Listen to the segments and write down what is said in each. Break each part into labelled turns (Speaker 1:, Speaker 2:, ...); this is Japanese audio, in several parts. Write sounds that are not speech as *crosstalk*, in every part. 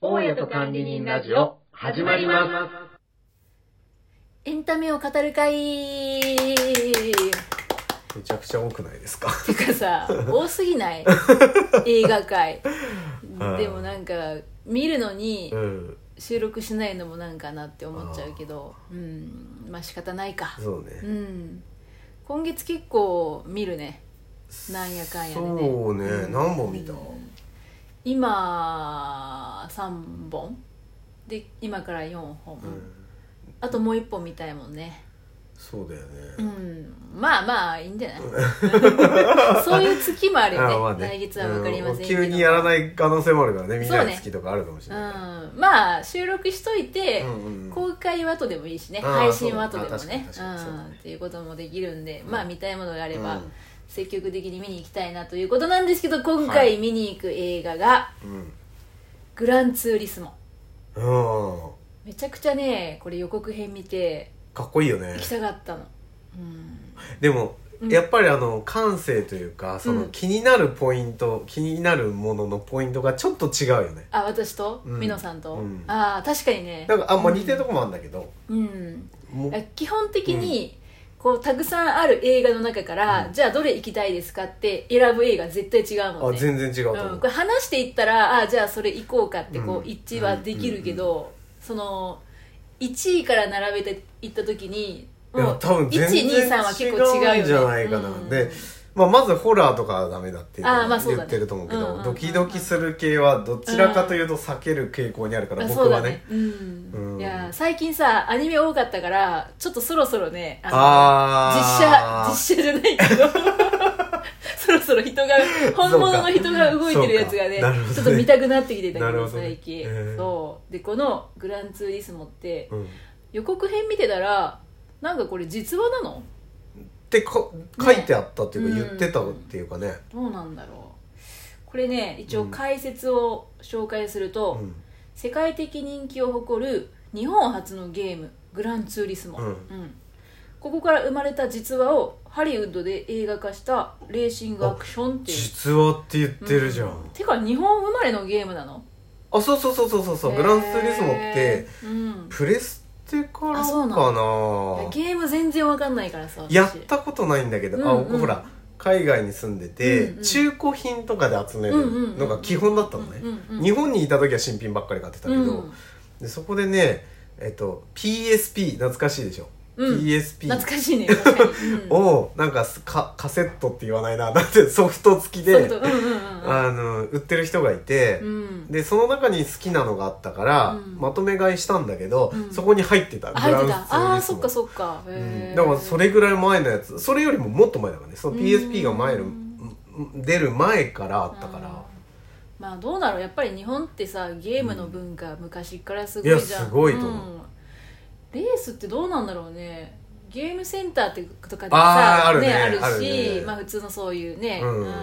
Speaker 1: 屋と管理人ラジオ、始まりま
Speaker 2: エンタメを語る会
Speaker 3: めちゃくちゃ多くないで
Speaker 2: *laughs*
Speaker 3: すか
Speaker 2: てか
Speaker 3: *laughs*
Speaker 2: さ多すぎない映画界
Speaker 3: うん
Speaker 2: でもなんか見るのに
Speaker 3: うん
Speaker 2: 収録しないのもなんかなって思っちゃうけどうんまあ仕方ないか
Speaker 3: そう
Speaker 2: う
Speaker 3: ね
Speaker 2: ん今月結構見るねなんやかんやでね
Speaker 3: そうね、
Speaker 2: うん
Speaker 3: 何本見た、
Speaker 2: 今3本で今から4本、
Speaker 3: うん
Speaker 2: あともう1本見たいもんね
Speaker 3: そうだよね、
Speaker 2: うんまあまあいいん
Speaker 3: *laughs*
Speaker 2: じゃないそういう月もあるよね,、
Speaker 3: あまあ
Speaker 2: 来月は分かりませんけど、
Speaker 3: う急にやら
Speaker 2: い
Speaker 3: ない可能性もあるからね見な
Speaker 2: そうね
Speaker 3: い月とかあるかもし
Speaker 2: う
Speaker 3: れない、
Speaker 2: んまあ収録しといて、
Speaker 3: うんうんうん
Speaker 2: 公開は後でもいいしね
Speaker 3: あー
Speaker 2: 配信は後でも
Speaker 3: そうだ
Speaker 2: ね
Speaker 3: あ確かに確かにそうだ
Speaker 2: うん
Speaker 3: ね
Speaker 2: っていうこともできるんで、まあ見たいものがあれば、
Speaker 3: うん
Speaker 2: 積極的に見に行きたいなということなんですけど今
Speaker 3: は
Speaker 2: 回
Speaker 3: い
Speaker 2: 見に行く映画が、
Speaker 3: うん
Speaker 2: グランツーリスモ
Speaker 3: うん
Speaker 2: めちゃくちゃねこれ予告編見て
Speaker 3: かっこいいよね
Speaker 2: 行きたかったのうん
Speaker 3: でも、
Speaker 2: うん
Speaker 3: やっぱりあの感性というかそうの
Speaker 2: ん
Speaker 3: 気になるポイント、気になるもののポイントがちょっと違うよね
Speaker 2: あ私と、
Speaker 3: うん
Speaker 2: ミノさんと、
Speaker 3: うん
Speaker 2: ああ確かにね
Speaker 3: なんかあんまあ似てるとこもあるんだけど、
Speaker 2: うん
Speaker 3: もう
Speaker 2: あ基本的に、こうたくさんある映画の中から、
Speaker 3: うん
Speaker 2: じゃあどれ行きたいですかって選ぶ映画絶対違うも
Speaker 3: あ
Speaker 2: んね
Speaker 3: 全然違うと思う、
Speaker 2: うん、これ話していったらあじゃあそれ行こうかってこう、
Speaker 3: うん
Speaker 2: 一致はできるけど、その1位から並べていった時に
Speaker 3: いや多分全然
Speaker 2: 123は結構違うよ、ね、
Speaker 3: 違うんじゃないかな、
Speaker 2: うん
Speaker 3: で、まあ、まずホラーとかはダメだっていう
Speaker 2: あーまあそう
Speaker 3: 言
Speaker 2: だね
Speaker 3: ってると思うけ
Speaker 2: うんうんうん
Speaker 3: ど
Speaker 2: うん
Speaker 3: ドキドキする系はどちらかというと避ける傾向にあるか
Speaker 2: あ
Speaker 3: ら僕
Speaker 2: そう
Speaker 3: は
Speaker 2: だ
Speaker 3: ね
Speaker 2: ねうん、
Speaker 3: うん
Speaker 2: いや最近さアニメ多かったからちょっとそろそろねあの
Speaker 3: あー
Speaker 2: 実写実写じゃないけどそろそろ人が本物の人が動いてるやつがね
Speaker 3: そうかなるほどね
Speaker 2: ちょっと見たくなってきてた
Speaker 3: な
Speaker 2: け
Speaker 3: る
Speaker 2: ど
Speaker 3: ほどね
Speaker 2: 最近、
Speaker 3: へー
Speaker 2: そうでこの「グランツーリスモ」って
Speaker 3: うんっ
Speaker 2: 予告編見てたらなんかこれ実話なの
Speaker 3: てこ書いてあったっていうか、
Speaker 2: ね
Speaker 3: 言ってたっていうかね、
Speaker 2: どうなんだろうこれね一応解説を紹介すると、
Speaker 3: うん
Speaker 2: 世界的人気を誇る日本初のゲーム「グランツーリスモ」
Speaker 3: うん
Speaker 2: ここから生まれた実話をハリウッドで映画化したレーシングアクションっていう
Speaker 3: 実話って言ってるじゃん、
Speaker 2: うてか日本生まれのゲームなの
Speaker 3: あそうそうそうそうそうそうグランツーリスモって、
Speaker 2: へーうん、
Speaker 3: プレステから
Speaker 2: あそう
Speaker 3: か
Speaker 2: な
Speaker 3: な
Speaker 2: ゲーム全然わかんないからさ私
Speaker 3: やったことないんだけど、
Speaker 2: うんうん
Speaker 3: あ僕ほら海外に住んでて、
Speaker 2: うんうん
Speaker 3: 中古品とかで集めるのが基本だったのね、
Speaker 2: うんうんうん
Speaker 3: 日本にいた時は新品ばっかり買ってたけど、
Speaker 2: うん
Speaker 3: でそこでねえっと PSP 懐かしいでしょ、
Speaker 2: うん
Speaker 3: PSP
Speaker 2: 懐かしいね確かに、
Speaker 3: *laughs*
Speaker 2: うん
Speaker 3: をなんかすかカセットって言わない *laughs* ななんてソフト付きで
Speaker 2: ちょっとうんうんうん
Speaker 3: あの売ってる人がいて、
Speaker 2: うん
Speaker 3: でその中に好きなのがあったから、
Speaker 2: うん
Speaker 3: まとめ買いしたんだけど、
Speaker 2: うん
Speaker 3: そこに入ってた
Speaker 2: あ入って
Speaker 3: グ
Speaker 2: た
Speaker 3: ランツーリスモ
Speaker 2: ああーそっかそっか
Speaker 3: う
Speaker 2: へ
Speaker 3: ん
Speaker 2: ー
Speaker 3: だからそれぐらい前のやつそれよりももっと前だからねその PSP が前の
Speaker 2: うん
Speaker 3: うん出る前からあったか
Speaker 2: あ
Speaker 3: ら
Speaker 2: ーまあどうだろうやっぱり日本ってさゲームの文化、昔からすごいじゃん
Speaker 3: いやすごいと思
Speaker 2: んレースってどうなんだろうねゲームセンターってとかで
Speaker 3: あ
Speaker 2: さ
Speaker 3: ーあるね
Speaker 2: ある
Speaker 3: ある
Speaker 2: し
Speaker 3: ね
Speaker 2: まあ、普通のそういうね、
Speaker 3: うん
Speaker 2: うん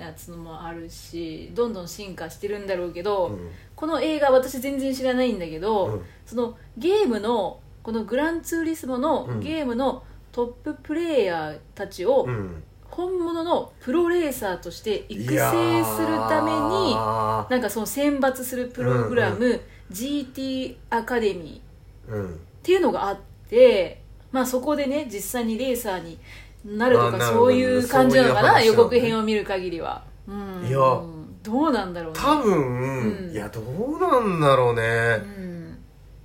Speaker 2: やつのもあるしどんどん進化してるんだろうけど、
Speaker 3: うん
Speaker 2: この映画私全然知らないんだけど、
Speaker 3: うん
Speaker 2: そのゲームのこの「グランツーリスモ」
Speaker 3: う
Speaker 2: の
Speaker 3: ん
Speaker 2: ゲームのトッププレイヤーたちを、
Speaker 3: うん
Speaker 2: 本物のプロレーサーとして育成するため
Speaker 3: い
Speaker 2: に
Speaker 3: や
Speaker 2: なんかその選抜するプログラム、
Speaker 3: う
Speaker 2: GT アカデミーっ
Speaker 3: ーうん
Speaker 2: ていうのがあって、まあ、そこでね実際にレーサーになると
Speaker 3: あ
Speaker 2: か
Speaker 3: なるほ
Speaker 2: そ
Speaker 3: ど
Speaker 2: ういう感じなのかな
Speaker 3: そういう話
Speaker 2: 予
Speaker 3: なんだね
Speaker 2: 告編を見る限りは、うん、
Speaker 3: いや
Speaker 2: どうなんだろうね
Speaker 3: 多分、
Speaker 2: うん
Speaker 3: いやどうなんだろう
Speaker 2: う
Speaker 3: ね、
Speaker 2: ん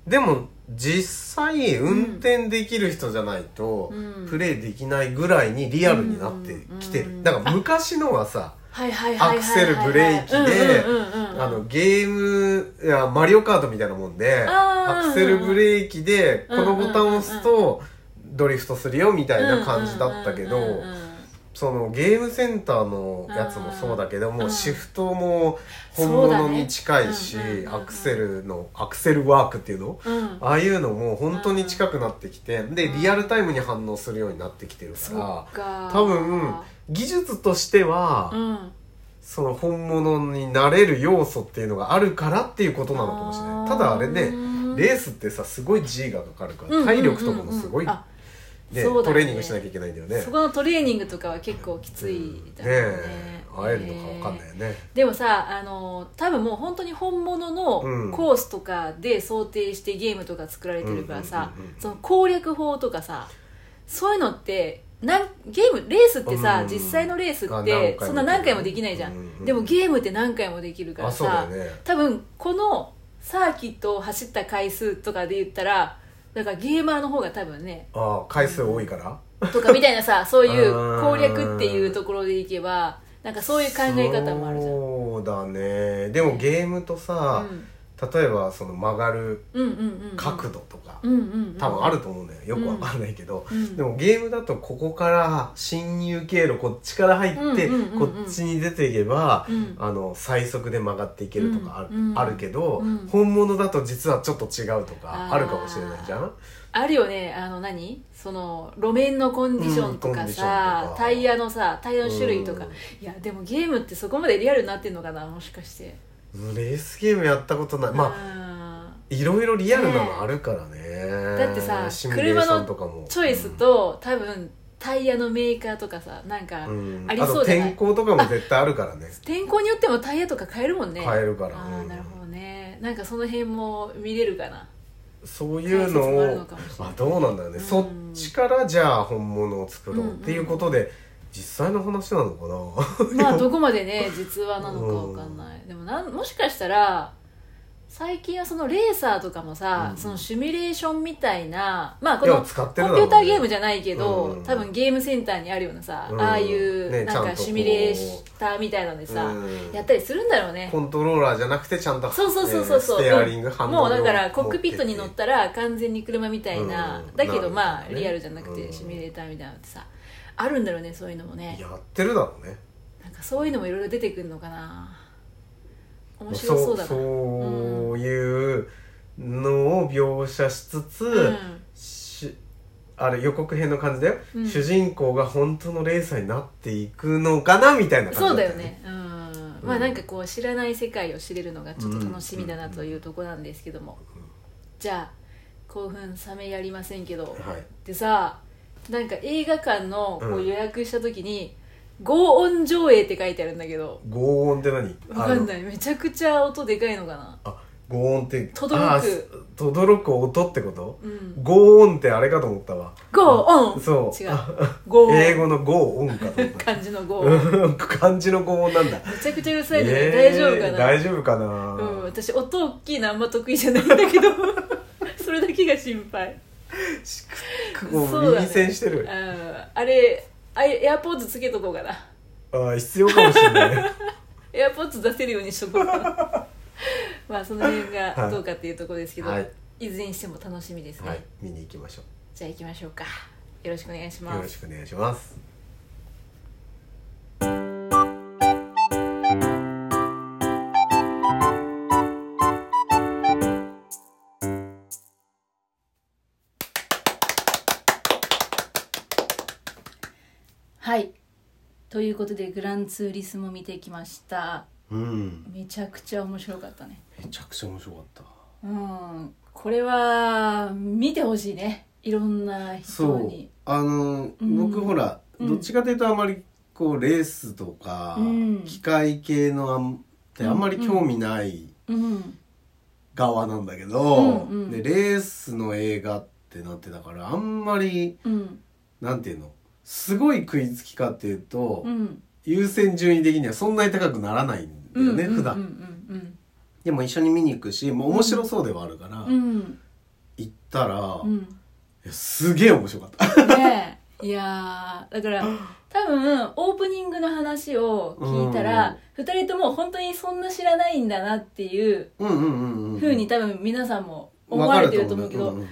Speaker 3: でも実際運転できる人じゃないと、
Speaker 2: うん
Speaker 3: プレイできないぐらいにリアルになってきてる、
Speaker 2: うん
Speaker 3: だから昔のはさ
Speaker 2: はいはいはいはいはいはい
Speaker 3: アクセルブレーキで
Speaker 2: うんうんうんうん
Speaker 3: あのゲームいやマリオカートみたいなもんで
Speaker 2: あ
Speaker 3: ア
Speaker 2: ー
Speaker 3: クセルブレーキで
Speaker 2: う
Speaker 3: こ
Speaker 2: んうん
Speaker 3: のボタンを押すとドリフトするよみたいな感じだったけ
Speaker 2: うんうん
Speaker 3: ど
Speaker 2: うんうん
Speaker 3: そのゲームセンターのやつもそうだけど
Speaker 2: う
Speaker 3: も
Speaker 2: ん
Speaker 3: うシフトも
Speaker 2: そう
Speaker 3: 本
Speaker 2: だね
Speaker 3: 物に近いし
Speaker 2: うんうんうんうん
Speaker 3: アクセルのアクセルワークっていうの
Speaker 2: うん
Speaker 3: ああいうのも本当に近くなってきてでリアルタイムに反応するようになってきてる
Speaker 2: そ
Speaker 3: か
Speaker 2: っから
Speaker 3: 多分技術としては
Speaker 2: うん
Speaker 3: その本物になれる要素っていうのがあるからっていうことなのかもしれないただあれねレースってさすごい G がかかるから体力とかもすごい、
Speaker 2: うんうんうんうんあ
Speaker 3: ね
Speaker 2: そうだね
Speaker 3: トレーニングしなきゃいけないんだよね
Speaker 2: そこのトレーニングとかは結構きついだろうね
Speaker 3: ねえ会えるのかわかんないよね
Speaker 2: でもさあの多分もう本当に本物
Speaker 3: うん
Speaker 2: のコースとかで想定してゲームとか作られてるからさ、
Speaker 3: うんうんうんうん
Speaker 2: その攻略法とかさそういうのってなんゲームレースってさ、
Speaker 3: うん
Speaker 2: 実際のレース
Speaker 3: あ
Speaker 2: っ
Speaker 3: 何回もでき
Speaker 2: て
Speaker 3: る
Speaker 2: そんな何回もできないじゃん、
Speaker 3: うんうん
Speaker 2: でもゲームって何回もできるから
Speaker 3: あそうだ
Speaker 2: さ、
Speaker 3: よね
Speaker 2: 多分このサーキットを走った回数とかで言ったらだからゲーマーの方が多分ね
Speaker 3: ああ回数多いから
Speaker 2: とかみたいな
Speaker 3: *laughs*
Speaker 2: さそういう
Speaker 3: あー
Speaker 2: 攻略っていうところでいけばなんかそういう考え方もあるじゃん
Speaker 3: そうだねでもゲームとさ、
Speaker 2: うん
Speaker 3: 例えばその曲がる
Speaker 2: うんうんうんうん
Speaker 3: 角度とか、
Speaker 2: うんうんうん
Speaker 3: 多分あると思うんだよよくわかんないけど、
Speaker 2: うん
Speaker 3: でもゲームだとここから侵入経路こっちから入って、
Speaker 2: うんうんうんうん
Speaker 3: こっちに出ていけば、
Speaker 2: うん
Speaker 3: あの最速で曲がっていけるとかある,、
Speaker 2: うんうん
Speaker 3: あるけど、
Speaker 2: うん
Speaker 3: 本物だと実はちょっと違うとかあるかもしれないじゃん
Speaker 2: あるよねあの何その路面のコンディションと
Speaker 3: うんコ
Speaker 2: か
Speaker 3: ンディション
Speaker 2: さ、
Speaker 3: とか
Speaker 2: タイヤのさタイヤの種類とか、
Speaker 3: うん
Speaker 2: いやでもゲームってそこまでリアルになってんのかなもしかして
Speaker 3: レースゲームやったことないまあ
Speaker 2: あ
Speaker 3: いろいろリアルなのあるからね
Speaker 2: だってさ
Speaker 3: シミュレーションとかも
Speaker 2: ーチョイスと、多分タイヤのメーカーとかさなんか
Speaker 3: うん
Speaker 2: ありそうじゃない、
Speaker 3: あと天候とかも絶対あ
Speaker 2: *laughs*
Speaker 3: るからね
Speaker 2: 天候によってもタイヤとか変えるもんね
Speaker 3: 変えるから
Speaker 2: あ
Speaker 3: う
Speaker 2: あ
Speaker 3: ん
Speaker 2: なるほどねなんかその辺も見れるかな
Speaker 3: そういう
Speaker 2: 解
Speaker 3: の
Speaker 2: 説もある
Speaker 3: を
Speaker 2: のかもしれない
Speaker 3: あどうなんだろうね、
Speaker 2: うん
Speaker 3: そっちからじゃあ本物を作ろうっていうことで、実際の話なのかな
Speaker 2: まあどこまでね実話なのかわかんない、でもなんもしかしたら最近はそのレーサーとかもさ、
Speaker 3: うん
Speaker 2: そのシミュレーションみたいなまあこ
Speaker 3: *laughs* い
Speaker 2: の
Speaker 3: や使ってる
Speaker 2: コ
Speaker 3: だろ
Speaker 2: ンピュー
Speaker 3: うね
Speaker 2: ターゲームじゃないけど、
Speaker 3: うん
Speaker 2: 多分ゲームセンターにあるようなさ、
Speaker 3: うん
Speaker 2: ああいう、
Speaker 3: ね
Speaker 2: なん
Speaker 3: ちゃん
Speaker 2: か
Speaker 3: とこう
Speaker 2: シミュレーターみたいなのでさ、
Speaker 3: うん
Speaker 2: やったりするんだろうね
Speaker 3: コントローラーじゃなくてちゃんと
Speaker 2: そうそうそうそうそう、
Speaker 3: えーステアリングハンドル
Speaker 2: も
Speaker 3: を
Speaker 2: うだからコ
Speaker 3: 持
Speaker 2: ッ
Speaker 3: て
Speaker 2: ク
Speaker 3: て
Speaker 2: ピットに乗ったら完全に車みたいな、
Speaker 3: うん
Speaker 2: だけどま
Speaker 3: な
Speaker 2: あ
Speaker 3: るほどね
Speaker 2: リアルじゃなく
Speaker 3: う
Speaker 2: て
Speaker 3: ん
Speaker 2: シミュレーターみたいなのってさあるんだろうねそういうのもね
Speaker 3: やってるだろうね
Speaker 2: なんかそういうのもいろいろ出てくるのかな面白そうだな
Speaker 3: そそういうのを描写しつつ、
Speaker 2: うん
Speaker 3: しあれ予告編の感じだよ、
Speaker 2: うん
Speaker 3: 主人公が本当のレーサーになっていくのかなみたいな感じ
Speaker 2: そうだ
Speaker 3: った
Speaker 2: よねうんまあなんかこう知らない世界を知れるのがちょっと楽しみだなというとこなんですけども、じゃあ興奮冷めやりませんけど、
Speaker 3: はい
Speaker 2: でさなんか映画館のこ
Speaker 3: う
Speaker 2: うん予約した時に「合音上映」って書いてあるんだけど
Speaker 3: 轟音って何
Speaker 2: わかん
Speaker 3: い
Speaker 2: ないめちゃくちゃ音でかいのかな
Speaker 3: あ轟音って
Speaker 2: 轟く
Speaker 3: あす轟く音ってこと
Speaker 2: うん
Speaker 3: 轟音ってあれかと思ったわ
Speaker 2: 「ゴーオン!」 *laughs*
Speaker 3: そう
Speaker 2: 違う
Speaker 3: あ
Speaker 2: 「ゴー
Speaker 3: 英語の轟音かと思
Speaker 2: *laughs*
Speaker 3: っ
Speaker 2: 漢字の「ゴー」
Speaker 3: た漢字の轟音なんだ
Speaker 2: めちゃくちゃうるさいので、
Speaker 3: え
Speaker 2: 大
Speaker 3: ー
Speaker 2: 丈夫かな、
Speaker 3: 大丈夫かな、
Speaker 2: うん、私音大きいのあんま得意じゃないんだけど *laughs* それだけが心配
Speaker 3: しくも
Speaker 2: そううだね
Speaker 3: 耳栓して
Speaker 2: う
Speaker 3: る、
Speaker 2: んあれあエアポーズつけとこうかな
Speaker 3: あー必要かもしれ
Speaker 2: *laughs*
Speaker 3: ない
Speaker 2: エアポーズ出せるようにしとこうかな *laughs* まあその辺がどうかっていうところですけど、
Speaker 3: はい
Speaker 2: い、ずれにしても楽しみですね、
Speaker 3: はい見に行きましょ
Speaker 2: じゃあ行きましょうかよろしくお願いし
Speaker 3: うよ
Speaker 2: ま
Speaker 3: ろ
Speaker 2: す
Speaker 3: しくお願いします
Speaker 2: はいということでグランツーリスも見てきました
Speaker 3: うん
Speaker 2: めちゃくちゃ面白かったね
Speaker 3: めちゃくちゃ面白かった
Speaker 2: うんこれは見てほしいねいろんな人
Speaker 3: そう
Speaker 2: に
Speaker 3: あの、
Speaker 2: うん
Speaker 3: 僕ほら、
Speaker 2: うん
Speaker 3: どっちかというとあまりこうレースとか、
Speaker 2: うん
Speaker 3: 機械系のあんってあんまり興味ない
Speaker 2: うん
Speaker 3: 側なんだけど、
Speaker 2: うんうん
Speaker 3: でレースの映画ってなってたからあんまり
Speaker 2: うん
Speaker 3: なんていうのすごい食いつきかっていうと、
Speaker 2: うん
Speaker 3: 優先順位的にはそんなに高くならないんだよね、普段
Speaker 2: うん
Speaker 3: でも一緒に見に行くしもう面白そうではあるから、
Speaker 2: うんうん
Speaker 3: 行ったら、
Speaker 2: う
Speaker 3: い
Speaker 2: ん
Speaker 3: やすげえ面白かった
Speaker 2: うんねえいやーだから多分オープニングの話を聞いたら、二人とも本当にそんな知らないんだなっていう
Speaker 3: うんうんうんうん
Speaker 2: ふうに多分皆さんも思
Speaker 3: 分
Speaker 2: わ
Speaker 3: か
Speaker 2: れてると
Speaker 3: 思
Speaker 2: 思うけど、
Speaker 3: んん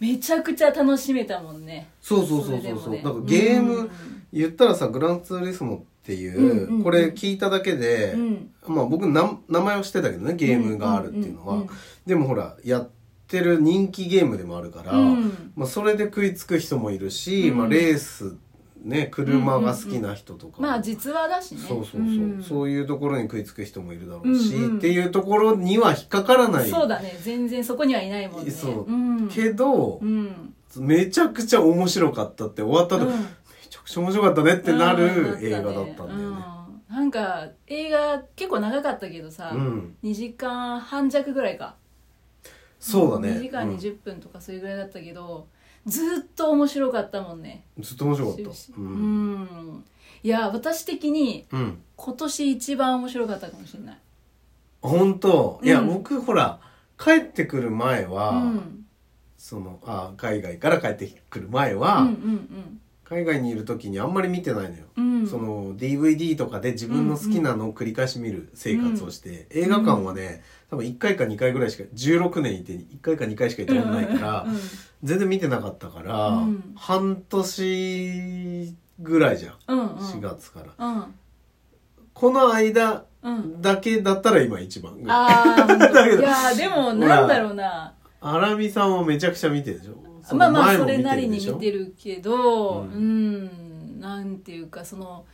Speaker 2: めちゃくちゃ楽しめたもんね
Speaker 3: そうそうそうそう
Speaker 2: れで
Speaker 3: そ
Speaker 2: も
Speaker 3: う、
Speaker 2: ね
Speaker 3: なんかゲーム、
Speaker 2: うん
Speaker 3: 言ったらさグランツーリスモっていう,、
Speaker 2: うんうんうん
Speaker 3: これ聞いただけで、
Speaker 2: うん
Speaker 3: まあ僕な名前を知ってたけどねゲームがあるっていうのは、
Speaker 2: うんうんうん
Speaker 3: でもほらやってる人気ゲームでもあるから、
Speaker 2: うん
Speaker 3: まあ、それで食いつく人もいるし、
Speaker 2: うん
Speaker 3: まあ、レースね車が好きな人とか、
Speaker 2: まあ実話だしね
Speaker 3: そうそうそう、
Speaker 2: ん
Speaker 3: そういうところに食いつく人もいるだろうし、
Speaker 2: うんうん
Speaker 3: っていうところには引っかからない
Speaker 2: そうだね全然そこにはいないもんね
Speaker 3: そう
Speaker 2: うん、
Speaker 3: けど
Speaker 2: う、ん
Speaker 3: めちゃくちゃ面白かったって終わった後、
Speaker 2: うん
Speaker 3: めちゃくちゃ面白かったねってな
Speaker 2: うん
Speaker 3: る映画だったんだよね。
Speaker 2: うんなんか映画結構長かったけどさ、
Speaker 3: うん
Speaker 2: 2時間半弱ぐらいか
Speaker 3: そうだね
Speaker 2: 2時間
Speaker 3: うん
Speaker 2: 20分とかそれぐらいだったけど、ずっと面白かったもんね
Speaker 3: ずっと面白かった
Speaker 2: 終始
Speaker 3: うん
Speaker 2: うんいや私的に
Speaker 3: うん
Speaker 2: 今年一番面白かったかもしれない
Speaker 3: 本当いや、
Speaker 2: うん
Speaker 3: 僕ほら帰ってくる前は、
Speaker 2: うん、
Speaker 3: そのあ海外から帰ってくる前
Speaker 2: う
Speaker 3: は、
Speaker 2: んうん
Speaker 3: 海外にいる時にあんまり見てないのよ、
Speaker 2: うんうん
Speaker 3: その DVD とかで自分の好きなのを繰り返し見る生活をして、映画館はね多分1回か2回ぐらいしか16年いて1回か2回しか行ったことないから、
Speaker 2: うん
Speaker 3: 全然見てなかったから、
Speaker 2: うん
Speaker 3: 半年ぐらいじゃん
Speaker 2: うんうん
Speaker 3: 4月から、
Speaker 2: うん
Speaker 3: この間
Speaker 2: うん
Speaker 3: だけ *laughs* だったら今一番ぐらい
Speaker 2: あ
Speaker 3: だけ
Speaker 2: あい
Speaker 3: ど
Speaker 2: やでもなんだろうな
Speaker 3: アラミさんもめちゃくちゃ見てるでしょその
Speaker 2: まあまあ
Speaker 3: 前
Speaker 2: そ
Speaker 3: も
Speaker 2: れなり
Speaker 3: で
Speaker 2: に
Speaker 3: しょ
Speaker 2: 見てるけどう
Speaker 3: う
Speaker 2: んん、なんていうかその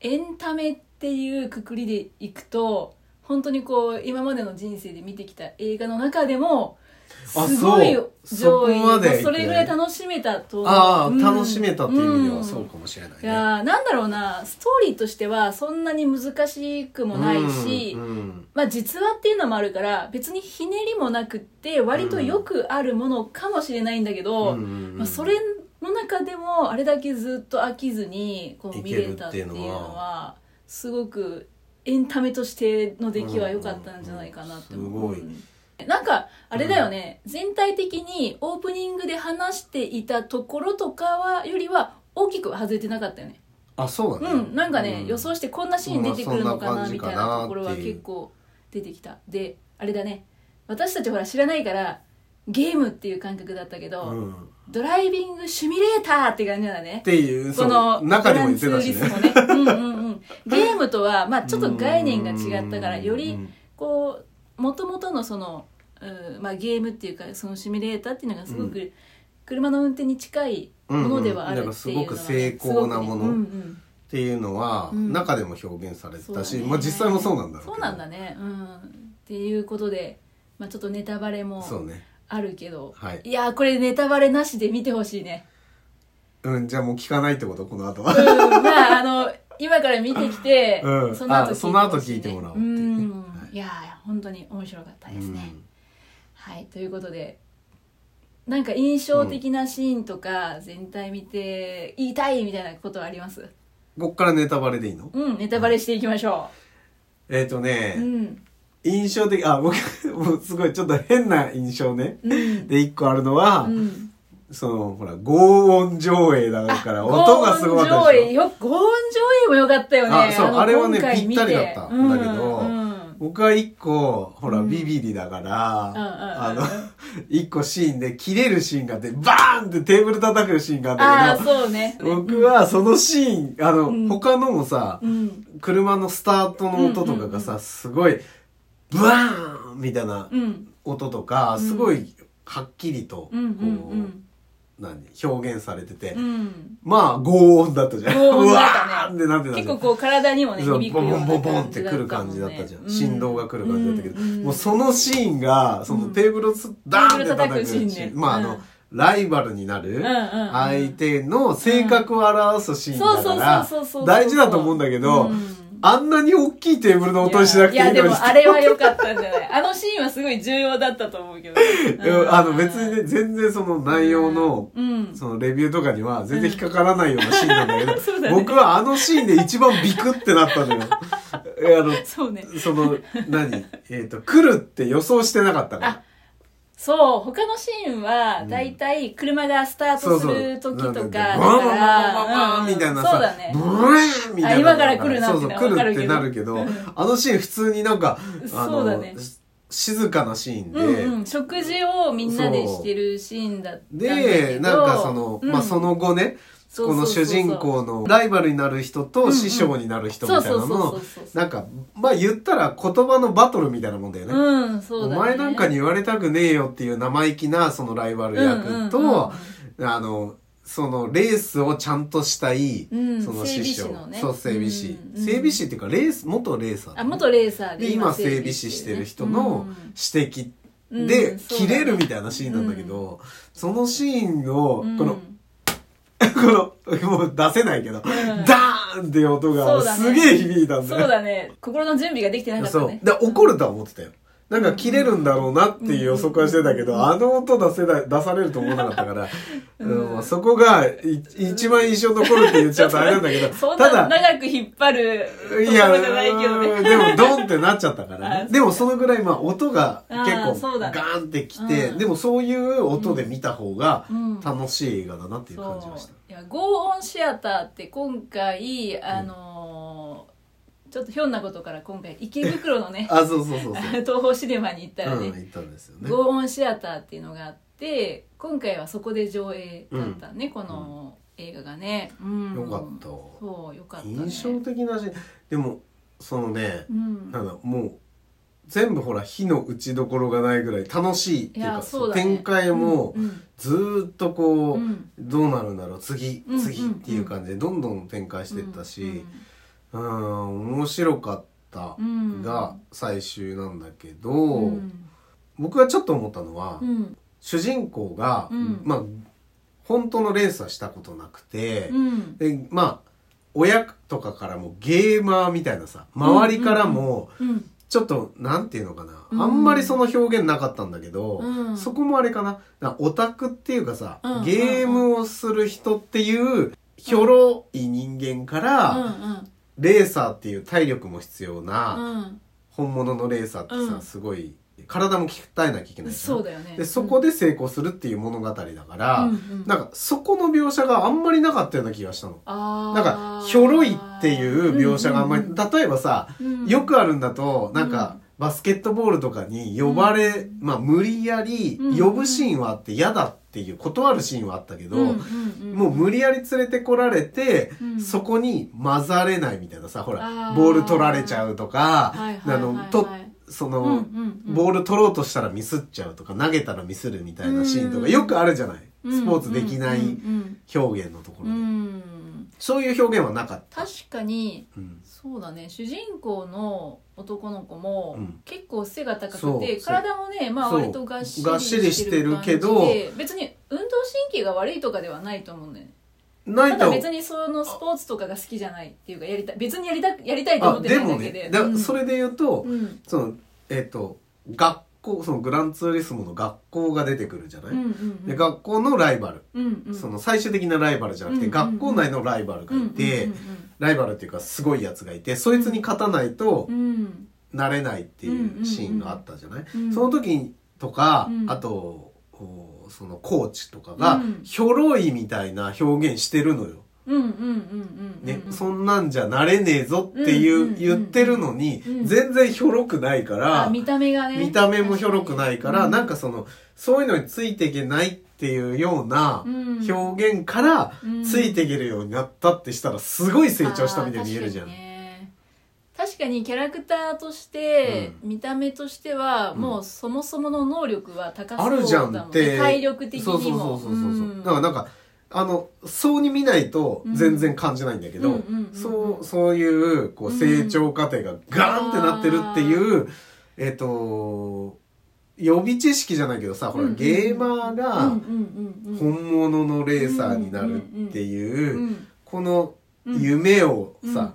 Speaker 2: エンタメっていうくくりでいくと本当にこう今までの人生で見てきた映画の中でも
Speaker 3: あ
Speaker 2: すごい
Speaker 3: そう
Speaker 2: 上位
Speaker 3: そこまで行く
Speaker 2: それぐらい楽しめたと
Speaker 3: ああ、
Speaker 2: うん
Speaker 3: 楽しめたっていう意味ではそうかもしれないね、
Speaker 2: いやーなんだろうなストーリーとしてはそんなに難しくもないし、
Speaker 3: うんうん
Speaker 2: まあ、実話っていうのもあるから別にひねりもなくって割とよくあるものかもしれないんだけど、
Speaker 3: うんうんうん
Speaker 2: まあ、それの中でもあれだけずっと飽きずにこう見れたっていう
Speaker 3: いけるっていう
Speaker 2: の
Speaker 3: の
Speaker 2: はすごくエンタメとしての出来は良かったんじゃないかなって思う。
Speaker 3: うんうんうん
Speaker 2: なんかあれだよね、全体的にオープニングで話していたところとかはよりは大きく外れてなかったよね。
Speaker 3: あそうだ
Speaker 2: う
Speaker 3: ね、
Speaker 2: ん、なんかね、予想
Speaker 3: し
Speaker 2: してこんなシーン出てくるのか
Speaker 3: ま
Speaker 2: な
Speaker 3: あそんな感じ
Speaker 2: み
Speaker 3: か
Speaker 2: た
Speaker 3: ない
Speaker 2: なところは
Speaker 3: っていう
Speaker 2: 結構出てきたであれだね私たちほら知らないからゲームっていう感覚だったけど、
Speaker 3: うん、っ
Speaker 2: ドライビングシミュレーターって感じだね
Speaker 3: ていう
Speaker 2: こ
Speaker 3: そ
Speaker 2: の
Speaker 3: の中でも言ってたし
Speaker 2: グラ
Speaker 3: ね
Speaker 2: ンツーリスモね、うんうんうん、ゲームとは、まあ、ちょっと概念が違ったから
Speaker 3: うん
Speaker 2: よ
Speaker 3: う
Speaker 2: り
Speaker 3: ん
Speaker 2: こうもともとのその、うんまあ、ゲームっていうかそのシミュレーターっていうのがすご
Speaker 3: う
Speaker 2: く車の運転に近いものではあるっていうのはね、
Speaker 3: うんうんなんかすごく成功なもの
Speaker 2: すごくねうんうん
Speaker 3: っていうのは
Speaker 2: うん
Speaker 3: 中でも表現されてたし、
Speaker 2: そうだね
Speaker 3: まあ実際もそうなんだろうけど
Speaker 2: そうなんだねうんっていうことで、まあ、ちょっとネタバレも
Speaker 3: そうね
Speaker 2: あるけど、
Speaker 3: はい
Speaker 2: いやーこれネタバレなしで見てほしいね
Speaker 3: うんじゃあもう聞かないってことこの後は
Speaker 2: うんまああの今から見てきて、
Speaker 3: うん
Speaker 2: その後
Speaker 3: あそ
Speaker 2: 聞いてほしいね
Speaker 3: の後聞いてもらおうって
Speaker 2: う
Speaker 3: いうね
Speaker 2: ん、
Speaker 3: はい
Speaker 2: い、やー本当に面白かったですね、はいということでなんか印象的なシーンとか全体見て言いたいみたいなことはあります
Speaker 3: うんこっからネタバレでいいの
Speaker 2: うんネタバレしていきましょ
Speaker 3: えっ、とね、
Speaker 2: ううん
Speaker 3: 印象的あ僕 *laughs* もうすごいちょっと変な印象ね
Speaker 2: うん
Speaker 3: で一個あるのは、
Speaker 2: うん
Speaker 3: そのほら轟音上映だから音がすごかっ
Speaker 2: ゴーン上
Speaker 3: た
Speaker 2: 映
Speaker 3: でしょ
Speaker 2: よゴーン上映もよかったよね
Speaker 3: あそう
Speaker 2: の
Speaker 3: あれはね
Speaker 2: 今回見て
Speaker 3: ぴったりだった
Speaker 2: うん
Speaker 3: だけど
Speaker 2: うん
Speaker 3: 僕は一個ほら、
Speaker 2: うん
Speaker 3: ビビリだから、
Speaker 2: うんうんうん
Speaker 3: あの *laughs* 一個シーンで切れるシーンがあってバーンってテーブル叩くシーンがあった
Speaker 2: あ
Speaker 3: け
Speaker 2: あ
Speaker 3: ど
Speaker 2: そうね
Speaker 3: 僕はそのシーンあの、
Speaker 2: うん
Speaker 3: 他のもさ、
Speaker 2: うん
Speaker 3: 車のスタートの音とかがさ、すごいブワーンみたいな
Speaker 2: うん
Speaker 3: 音とか、
Speaker 2: ん
Speaker 3: すごいはっきりと、
Speaker 2: うんう
Speaker 3: こ
Speaker 2: ん
Speaker 3: う
Speaker 2: うん
Speaker 3: 何表現されてて、
Speaker 2: うん
Speaker 3: まあ轟音だったじゃん。
Speaker 2: 轟音だったね
Speaker 3: *laughs* うわーってなってたじゃ
Speaker 2: 結
Speaker 3: ん
Speaker 2: 構こう体にもね
Speaker 3: そう
Speaker 2: 響く
Speaker 3: ボン
Speaker 2: よう
Speaker 3: ボン
Speaker 2: な
Speaker 3: ボンボンって来る感じだったじゃん、
Speaker 2: うん
Speaker 3: 振動が来る感じだったけど、
Speaker 2: うん
Speaker 3: もうそのシーンがそのテーブルをつダーンって叩くシー
Speaker 2: テーブル叩
Speaker 3: ン
Speaker 2: くシーンね
Speaker 3: まああの、
Speaker 2: うん
Speaker 3: ライバルになる
Speaker 2: んうん
Speaker 3: 相手の性格を表すシーンだから
Speaker 2: そうそうそうそうそう
Speaker 3: 大事だと思うんだけ
Speaker 2: う
Speaker 3: ど、
Speaker 2: ん
Speaker 3: あんなに大きいテーブルの音にしなく
Speaker 2: い
Speaker 3: てい
Speaker 2: や
Speaker 3: いの
Speaker 2: い
Speaker 3: に
Speaker 2: やでもあれは良かったんじゃないあのシーンはすごい重要だったと思うけど
Speaker 3: うんあの別にね全然その内容の、
Speaker 2: うん
Speaker 3: そのレビューとかには全然引っかからないようなシーンなんだけど、
Speaker 2: そうだね
Speaker 3: 僕はあのシーンで一番ビクってなった
Speaker 2: *laughs*
Speaker 3: のよ。えあの
Speaker 2: そうね
Speaker 3: その、何えっ、と、来るって予想してなかったから。
Speaker 2: そう他のシーンはだいたい車がスタートする時とかだから
Speaker 3: バンバンバンバンバンバンみたいなさ、
Speaker 2: そうだね
Speaker 3: ブレーンみたいな
Speaker 2: あ今
Speaker 3: のが。
Speaker 2: から来るなってのは
Speaker 3: そうそう、来る
Speaker 2: わ
Speaker 3: っ
Speaker 2: かる
Speaker 3: て
Speaker 2: けど
Speaker 3: なるけど、あのシーン普通になんか、あの、
Speaker 2: そうだね
Speaker 3: し静かなシーンで、
Speaker 2: うんうん、食事をみんなでしてるシーンだったんだけど
Speaker 3: で、なんかその、
Speaker 2: うん
Speaker 3: まあその後ね、
Speaker 2: そう
Speaker 3: こ
Speaker 2: そ
Speaker 3: の
Speaker 2: うそ
Speaker 3: 主
Speaker 2: うそう
Speaker 3: 人公のライバルになる人と師匠になる人みたいなの
Speaker 2: そうそう
Speaker 3: の
Speaker 2: そうそう、そう
Speaker 3: なんか、まあ言ったら言葉のバトルみたいなもんだよね。
Speaker 2: うんそうだ、ね、
Speaker 3: お前なんかに言われたくねえよっていう生意気なそのライバル役と、
Speaker 2: うんうん
Speaker 3: あのそのレースをちゃんとしたい、
Speaker 2: うん
Speaker 3: その師
Speaker 2: 整
Speaker 3: 匠
Speaker 2: 備士のね
Speaker 3: そう整備士、
Speaker 2: うんうん
Speaker 3: 整備士っていうかレース元レーサーだ
Speaker 2: あ
Speaker 3: ね、
Speaker 2: 元レーサー
Speaker 3: で
Speaker 2: で
Speaker 3: 今整備士してる人の指摘
Speaker 2: うん
Speaker 3: で
Speaker 2: うんそうだ
Speaker 3: 切
Speaker 2: ね
Speaker 3: れるみたいなシーンなんだけど、そのシーンを *laughs*
Speaker 2: こ
Speaker 3: この、このもう出せないけど、ダーンって音
Speaker 2: そ
Speaker 3: が
Speaker 2: うだね
Speaker 3: すげえ響いたんだ
Speaker 2: そ
Speaker 3: よ
Speaker 2: うだね心の準備ができてなかった
Speaker 3: そう
Speaker 2: ね
Speaker 3: で怒るとは思ってたよなんか切れるんだろうなっていう予測はしてたけど、あの音出せな出されると思わなかっ
Speaker 2: *laughs*
Speaker 3: たから、うんそこがい一番印象残るって言っちゃうとあれなんだけど
Speaker 2: そん
Speaker 3: た
Speaker 2: な
Speaker 3: だ
Speaker 2: 長く引っ張るところ
Speaker 3: い
Speaker 2: じゃ
Speaker 3: や、
Speaker 2: ないけど
Speaker 3: う
Speaker 2: ね
Speaker 3: んでもドンってなっちゃったから
Speaker 2: あ
Speaker 3: ね。でもそのぐらい、まあ音が結
Speaker 2: あー
Speaker 3: 構
Speaker 2: そう
Speaker 3: ガ
Speaker 2: だね
Speaker 3: ーンってきて、
Speaker 2: うん
Speaker 3: でもそういう音で見た方が
Speaker 2: *laughs* うん
Speaker 3: 楽しい映画だなっていう感じ
Speaker 2: そ
Speaker 3: が
Speaker 2: う
Speaker 3: した。
Speaker 2: いやゴーオンシアターって今回あのーちょっとひょんなことから今回池袋のね
Speaker 3: あ、そうそ
Speaker 2: *laughs*
Speaker 3: うそうそう。
Speaker 2: 東宝シネマに行ったら
Speaker 3: うん、
Speaker 2: ね、
Speaker 3: 言ったんですよね。
Speaker 2: ゴーオンシアターっていうのがあって今回はそこで上映だったね、この映画がね、うん、
Speaker 3: よかった
Speaker 2: そうよかった、ね、
Speaker 3: 印象的なし、でも、そのね
Speaker 2: う、ん
Speaker 3: なんだ、もう、全部ほら火の打ちどころがないぐらい楽しいっていう
Speaker 2: い
Speaker 3: か
Speaker 2: やそうだね
Speaker 3: 展開も
Speaker 2: うん
Speaker 3: ずーっと
Speaker 2: う
Speaker 3: こう、
Speaker 2: ん
Speaker 3: どうなるんだろう次
Speaker 2: うん
Speaker 3: 次っていう感じでどんどん展開してったし、うん、面白かった
Speaker 2: うん
Speaker 3: が最終なんだけど、
Speaker 2: うんうん
Speaker 3: 僕がちょっと思ったのは、
Speaker 2: うん
Speaker 3: 主人公が、
Speaker 2: うん
Speaker 3: まあ本当のレースはしたことなくて、
Speaker 2: うん
Speaker 3: でまあ親とかからもゲーマーみたいなさ周りからも
Speaker 2: うん
Speaker 3: ちょっとなんていうのかな、
Speaker 2: うん
Speaker 3: あんまりその表現なかったんだけど、
Speaker 2: うん
Speaker 3: そこもあれかななオタクっていうかさ、
Speaker 2: うん
Speaker 3: ゲームをする人っていうひょろい人間から、
Speaker 2: うん
Speaker 3: レーサーっていう体力も必要な、
Speaker 2: うん
Speaker 3: 本物のレーサーってさ、
Speaker 2: うん
Speaker 3: すごい体も鍛えなきゃいけないじゃん
Speaker 2: そうだよね
Speaker 3: でそこで成功するっていう物語だから、
Speaker 2: うんうん
Speaker 3: なんかそこの描写があんまりなかったような気がしたの。
Speaker 2: あー
Speaker 3: なんかひょろいっていう描写があんまり、
Speaker 2: う
Speaker 3: 例えばさ、
Speaker 2: うん
Speaker 3: よくあるんだとなんか、バスケットボールとかに呼ばれ、まあ無理やり
Speaker 2: うん
Speaker 3: 呼ぶシーンはあって嫌だっていう断るシーンはあったけど、
Speaker 2: うんうんうん
Speaker 3: もう無理やり連れてこられて、
Speaker 2: うん
Speaker 3: そこに混ざれないみたいなさ、ほら
Speaker 2: あ、ー
Speaker 3: ボール取られちゃうとか、
Speaker 2: はいはい
Speaker 3: あ
Speaker 2: はいはい
Speaker 3: の、と、その、
Speaker 2: うんうんうん
Speaker 3: ボール取ろうとしたらミスっちゃうとか、投げたらミスるみたいなシーンとか、
Speaker 2: うん
Speaker 3: よくあるじゃない
Speaker 2: うん
Speaker 3: スポーツできない
Speaker 2: うん
Speaker 3: 表現のところ
Speaker 2: うんう
Speaker 3: で。
Speaker 2: んうん
Speaker 3: そういう表現はなかった。
Speaker 2: 確かに
Speaker 3: うん
Speaker 2: そうだね主人公の男の子も
Speaker 3: うん
Speaker 2: 結構背が
Speaker 3: そ
Speaker 2: 高くて、
Speaker 3: う
Speaker 2: 体もね、まあ、
Speaker 3: そう
Speaker 2: 割とがっしり
Speaker 3: がっしりしてるけど
Speaker 2: 感じで別に運動神経が悪いとかではないと思うんだよね
Speaker 3: な
Speaker 2: た
Speaker 3: いと
Speaker 2: だ、別にそのスポーツとかが好きじゃないっていうかやりたい別にやりたやりたいと思
Speaker 3: あ、
Speaker 2: って
Speaker 3: で
Speaker 2: ないだ
Speaker 3: も
Speaker 2: けで
Speaker 3: ね、だ
Speaker 2: うん
Speaker 3: それで言うと、
Speaker 2: うん
Speaker 3: その、えっ、と、学校、そのグランツーリスモの学校が出てくるじゃない、
Speaker 2: うんうん
Speaker 3: で学校のライバル。
Speaker 2: うんうん
Speaker 3: その最終的なライバルじゃなくて、
Speaker 2: うん
Speaker 3: 学校内のライバルがいて、
Speaker 2: うん
Speaker 3: ライバルっていうかすごいやつがいてそいつに勝たないと
Speaker 2: うんうん
Speaker 3: なれないっていうシーンがあったじゃない、
Speaker 2: うん
Speaker 3: その時とか、
Speaker 2: うん
Speaker 3: あとこうそのコーチとかが、
Speaker 2: うん
Speaker 3: ひょろいみたいな表現してるのよ。
Speaker 2: うんうんうんうんうんうん
Speaker 3: ね、そんなんじゃなれねえぞっていう、
Speaker 2: うんうんうん
Speaker 3: 言ってるのに、
Speaker 2: うん
Speaker 3: 全然ひょろくないから、
Speaker 2: あ見た目がね
Speaker 3: 見た目もひょろくないから、
Speaker 2: うん
Speaker 3: なんかそのそういうのについていけないっていうような
Speaker 2: うん
Speaker 3: 表現から
Speaker 2: うん
Speaker 3: ついていけるようになったってしたらすごい成長したみたいに見えるじゃん。
Speaker 2: あー確かに,、ね、確かにキャラクターとして、見た目としては、
Speaker 3: うん
Speaker 2: もうそもそもの能力は高そうだ
Speaker 3: あ
Speaker 2: もん
Speaker 3: るじゃんって。
Speaker 2: 体力的にも
Speaker 3: そうそうそうそうそう。
Speaker 2: うん
Speaker 3: だからなんかあのそうに見ないと全然感じないんだけど、
Speaker 2: うんうんうんうん
Speaker 3: そうそういうこう成長過程がガーンってなってるっていう、えっ、と予備知識じゃないけどさほら、
Speaker 2: うんうん
Speaker 3: ゲーマーが。
Speaker 2: うんうんうんうん
Speaker 3: 本物のレーサーになるっていう、
Speaker 2: うん
Speaker 3: この夢をさ、
Speaker 2: うん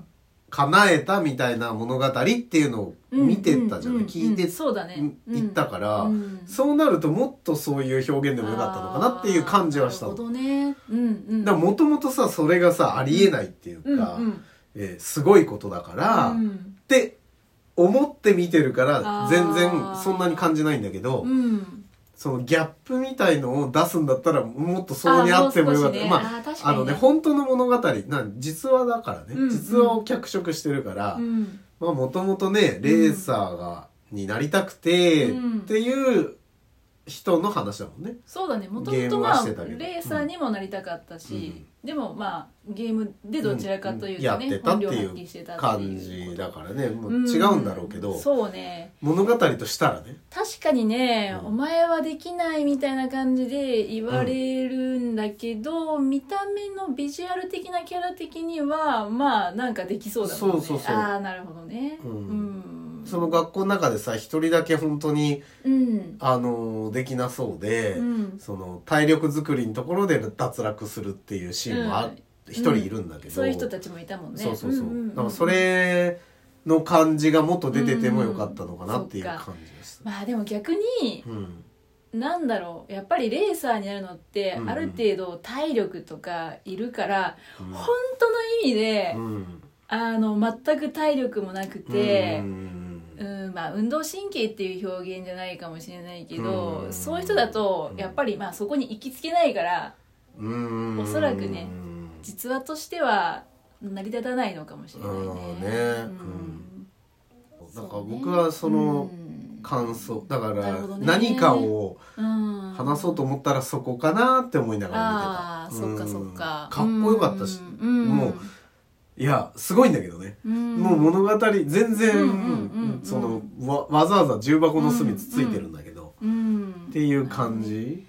Speaker 3: 叶えたみたいな物語っていうのを見てったじゃ
Speaker 2: うんうんう
Speaker 3: ない、
Speaker 2: ん
Speaker 3: 聞いて
Speaker 2: そうだね
Speaker 3: いったから、
Speaker 2: うん
Speaker 3: そうなるともっとそういう表現でもよかったのかなっていう感じはした
Speaker 2: あー
Speaker 3: の。
Speaker 2: なる
Speaker 3: だ
Speaker 2: ほどねうんうん
Speaker 3: からもともとさそれがさありえないっていうか、
Speaker 2: うんうん
Speaker 3: えーすごいことだから、
Speaker 2: う
Speaker 3: っ
Speaker 2: ん
Speaker 3: て思って見てるから
Speaker 2: あー
Speaker 3: 全然そんなに感じないんだけど、
Speaker 2: うん
Speaker 3: そのギャップみたいのを出すんだったらもっとそうにあってもよかった、
Speaker 2: あもう少しね
Speaker 3: ま
Speaker 2: あ
Speaker 3: あ
Speaker 2: ー確か
Speaker 3: あ
Speaker 2: にね
Speaker 3: のね本当の物語なん実話だからね、
Speaker 2: うんうん
Speaker 3: 実話を脚色してるから、
Speaker 2: うん
Speaker 3: まあもともとねレーサーが、になりたくて、
Speaker 2: うん
Speaker 3: っていう人の話だもんね。
Speaker 2: そうだねもと
Speaker 3: ゲ
Speaker 2: も
Speaker 3: ー
Speaker 2: と
Speaker 3: ムは
Speaker 2: ま
Speaker 3: し
Speaker 2: あ
Speaker 3: てたけど
Speaker 2: レーサーにもなりたかったし、でもまあゲームでどちらかというと
Speaker 3: やっ
Speaker 2: ね、
Speaker 3: てた
Speaker 2: 本
Speaker 3: って
Speaker 2: 領
Speaker 3: い
Speaker 2: 発揮して
Speaker 3: う
Speaker 2: たっていう
Speaker 3: 感じだからね、もう
Speaker 2: うん
Speaker 3: 違うんだろうけど、
Speaker 2: そうね
Speaker 3: 物語としたらね、
Speaker 2: 確かにね、
Speaker 3: うん
Speaker 2: お前はできないみたいな感じで言われるんだけど、見た目のビジュアル的なキャラ的にはまあなんかできそうだもんね
Speaker 3: そうそうそう
Speaker 2: ああなるほどね
Speaker 3: うん
Speaker 2: うん
Speaker 3: その学校の中でさ一人だけ本当に
Speaker 2: うん
Speaker 3: あのできなそうで。
Speaker 2: うん
Speaker 3: その体力作りのところで脱落するっていうシーンもあっ一人いるんだけど、
Speaker 2: そういう人たちもいたもんね
Speaker 3: そうそうそう,、
Speaker 2: んんん
Speaker 3: だからそれの感じがもっと出ててもよかったのかなっていう
Speaker 2: うんうん
Speaker 3: 感じです、
Speaker 2: まあでも逆に
Speaker 3: うん
Speaker 2: なんだろうやっぱりレーサーになるのって
Speaker 3: うんうん
Speaker 2: ある程度体力とかいるから、
Speaker 3: うん
Speaker 2: 本当の意味で、
Speaker 3: うん
Speaker 2: あの全く体力もなくて、
Speaker 3: う
Speaker 2: うん
Speaker 3: ん
Speaker 2: まあ、運動神経っていう表現じゃないかもしれないけど、
Speaker 3: うん
Speaker 2: そういう人だとやっぱりまあそこに行きつけないから
Speaker 3: うん
Speaker 2: おそらくね実話としては成り立たないのかもしれないね。
Speaker 3: うんね
Speaker 2: うん
Speaker 3: なんか僕はその
Speaker 2: うん
Speaker 3: 感想だか
Speaker 2: なる
Speaker 3: ら
Speaker 2: ほどね
Speaker 3: 何かを
Speaker 2: うん
Speaker 3: 話そうと思ったらそこかなって思いなが
Speaker 2: あ
Speaker 3: ら
Speaker 2: あ
Speaker 3: 見てた、
Speaker 2: そっかそ
Speaker 3: うん
Speaker 2: っか
Speaker 3: かっこよかったし、
Speaker 2: うんうん
Speaker 3: もういやすごいんだけどね、
Speaker 2: うん
Speaker 3: もう物語全然、
Speaker 2: うんうんうんうん
Speaker 3: そのわわざわざ重箱の隅つついてるんだけど、
Speaker 2: うん
Speaker 3: っていう感じ、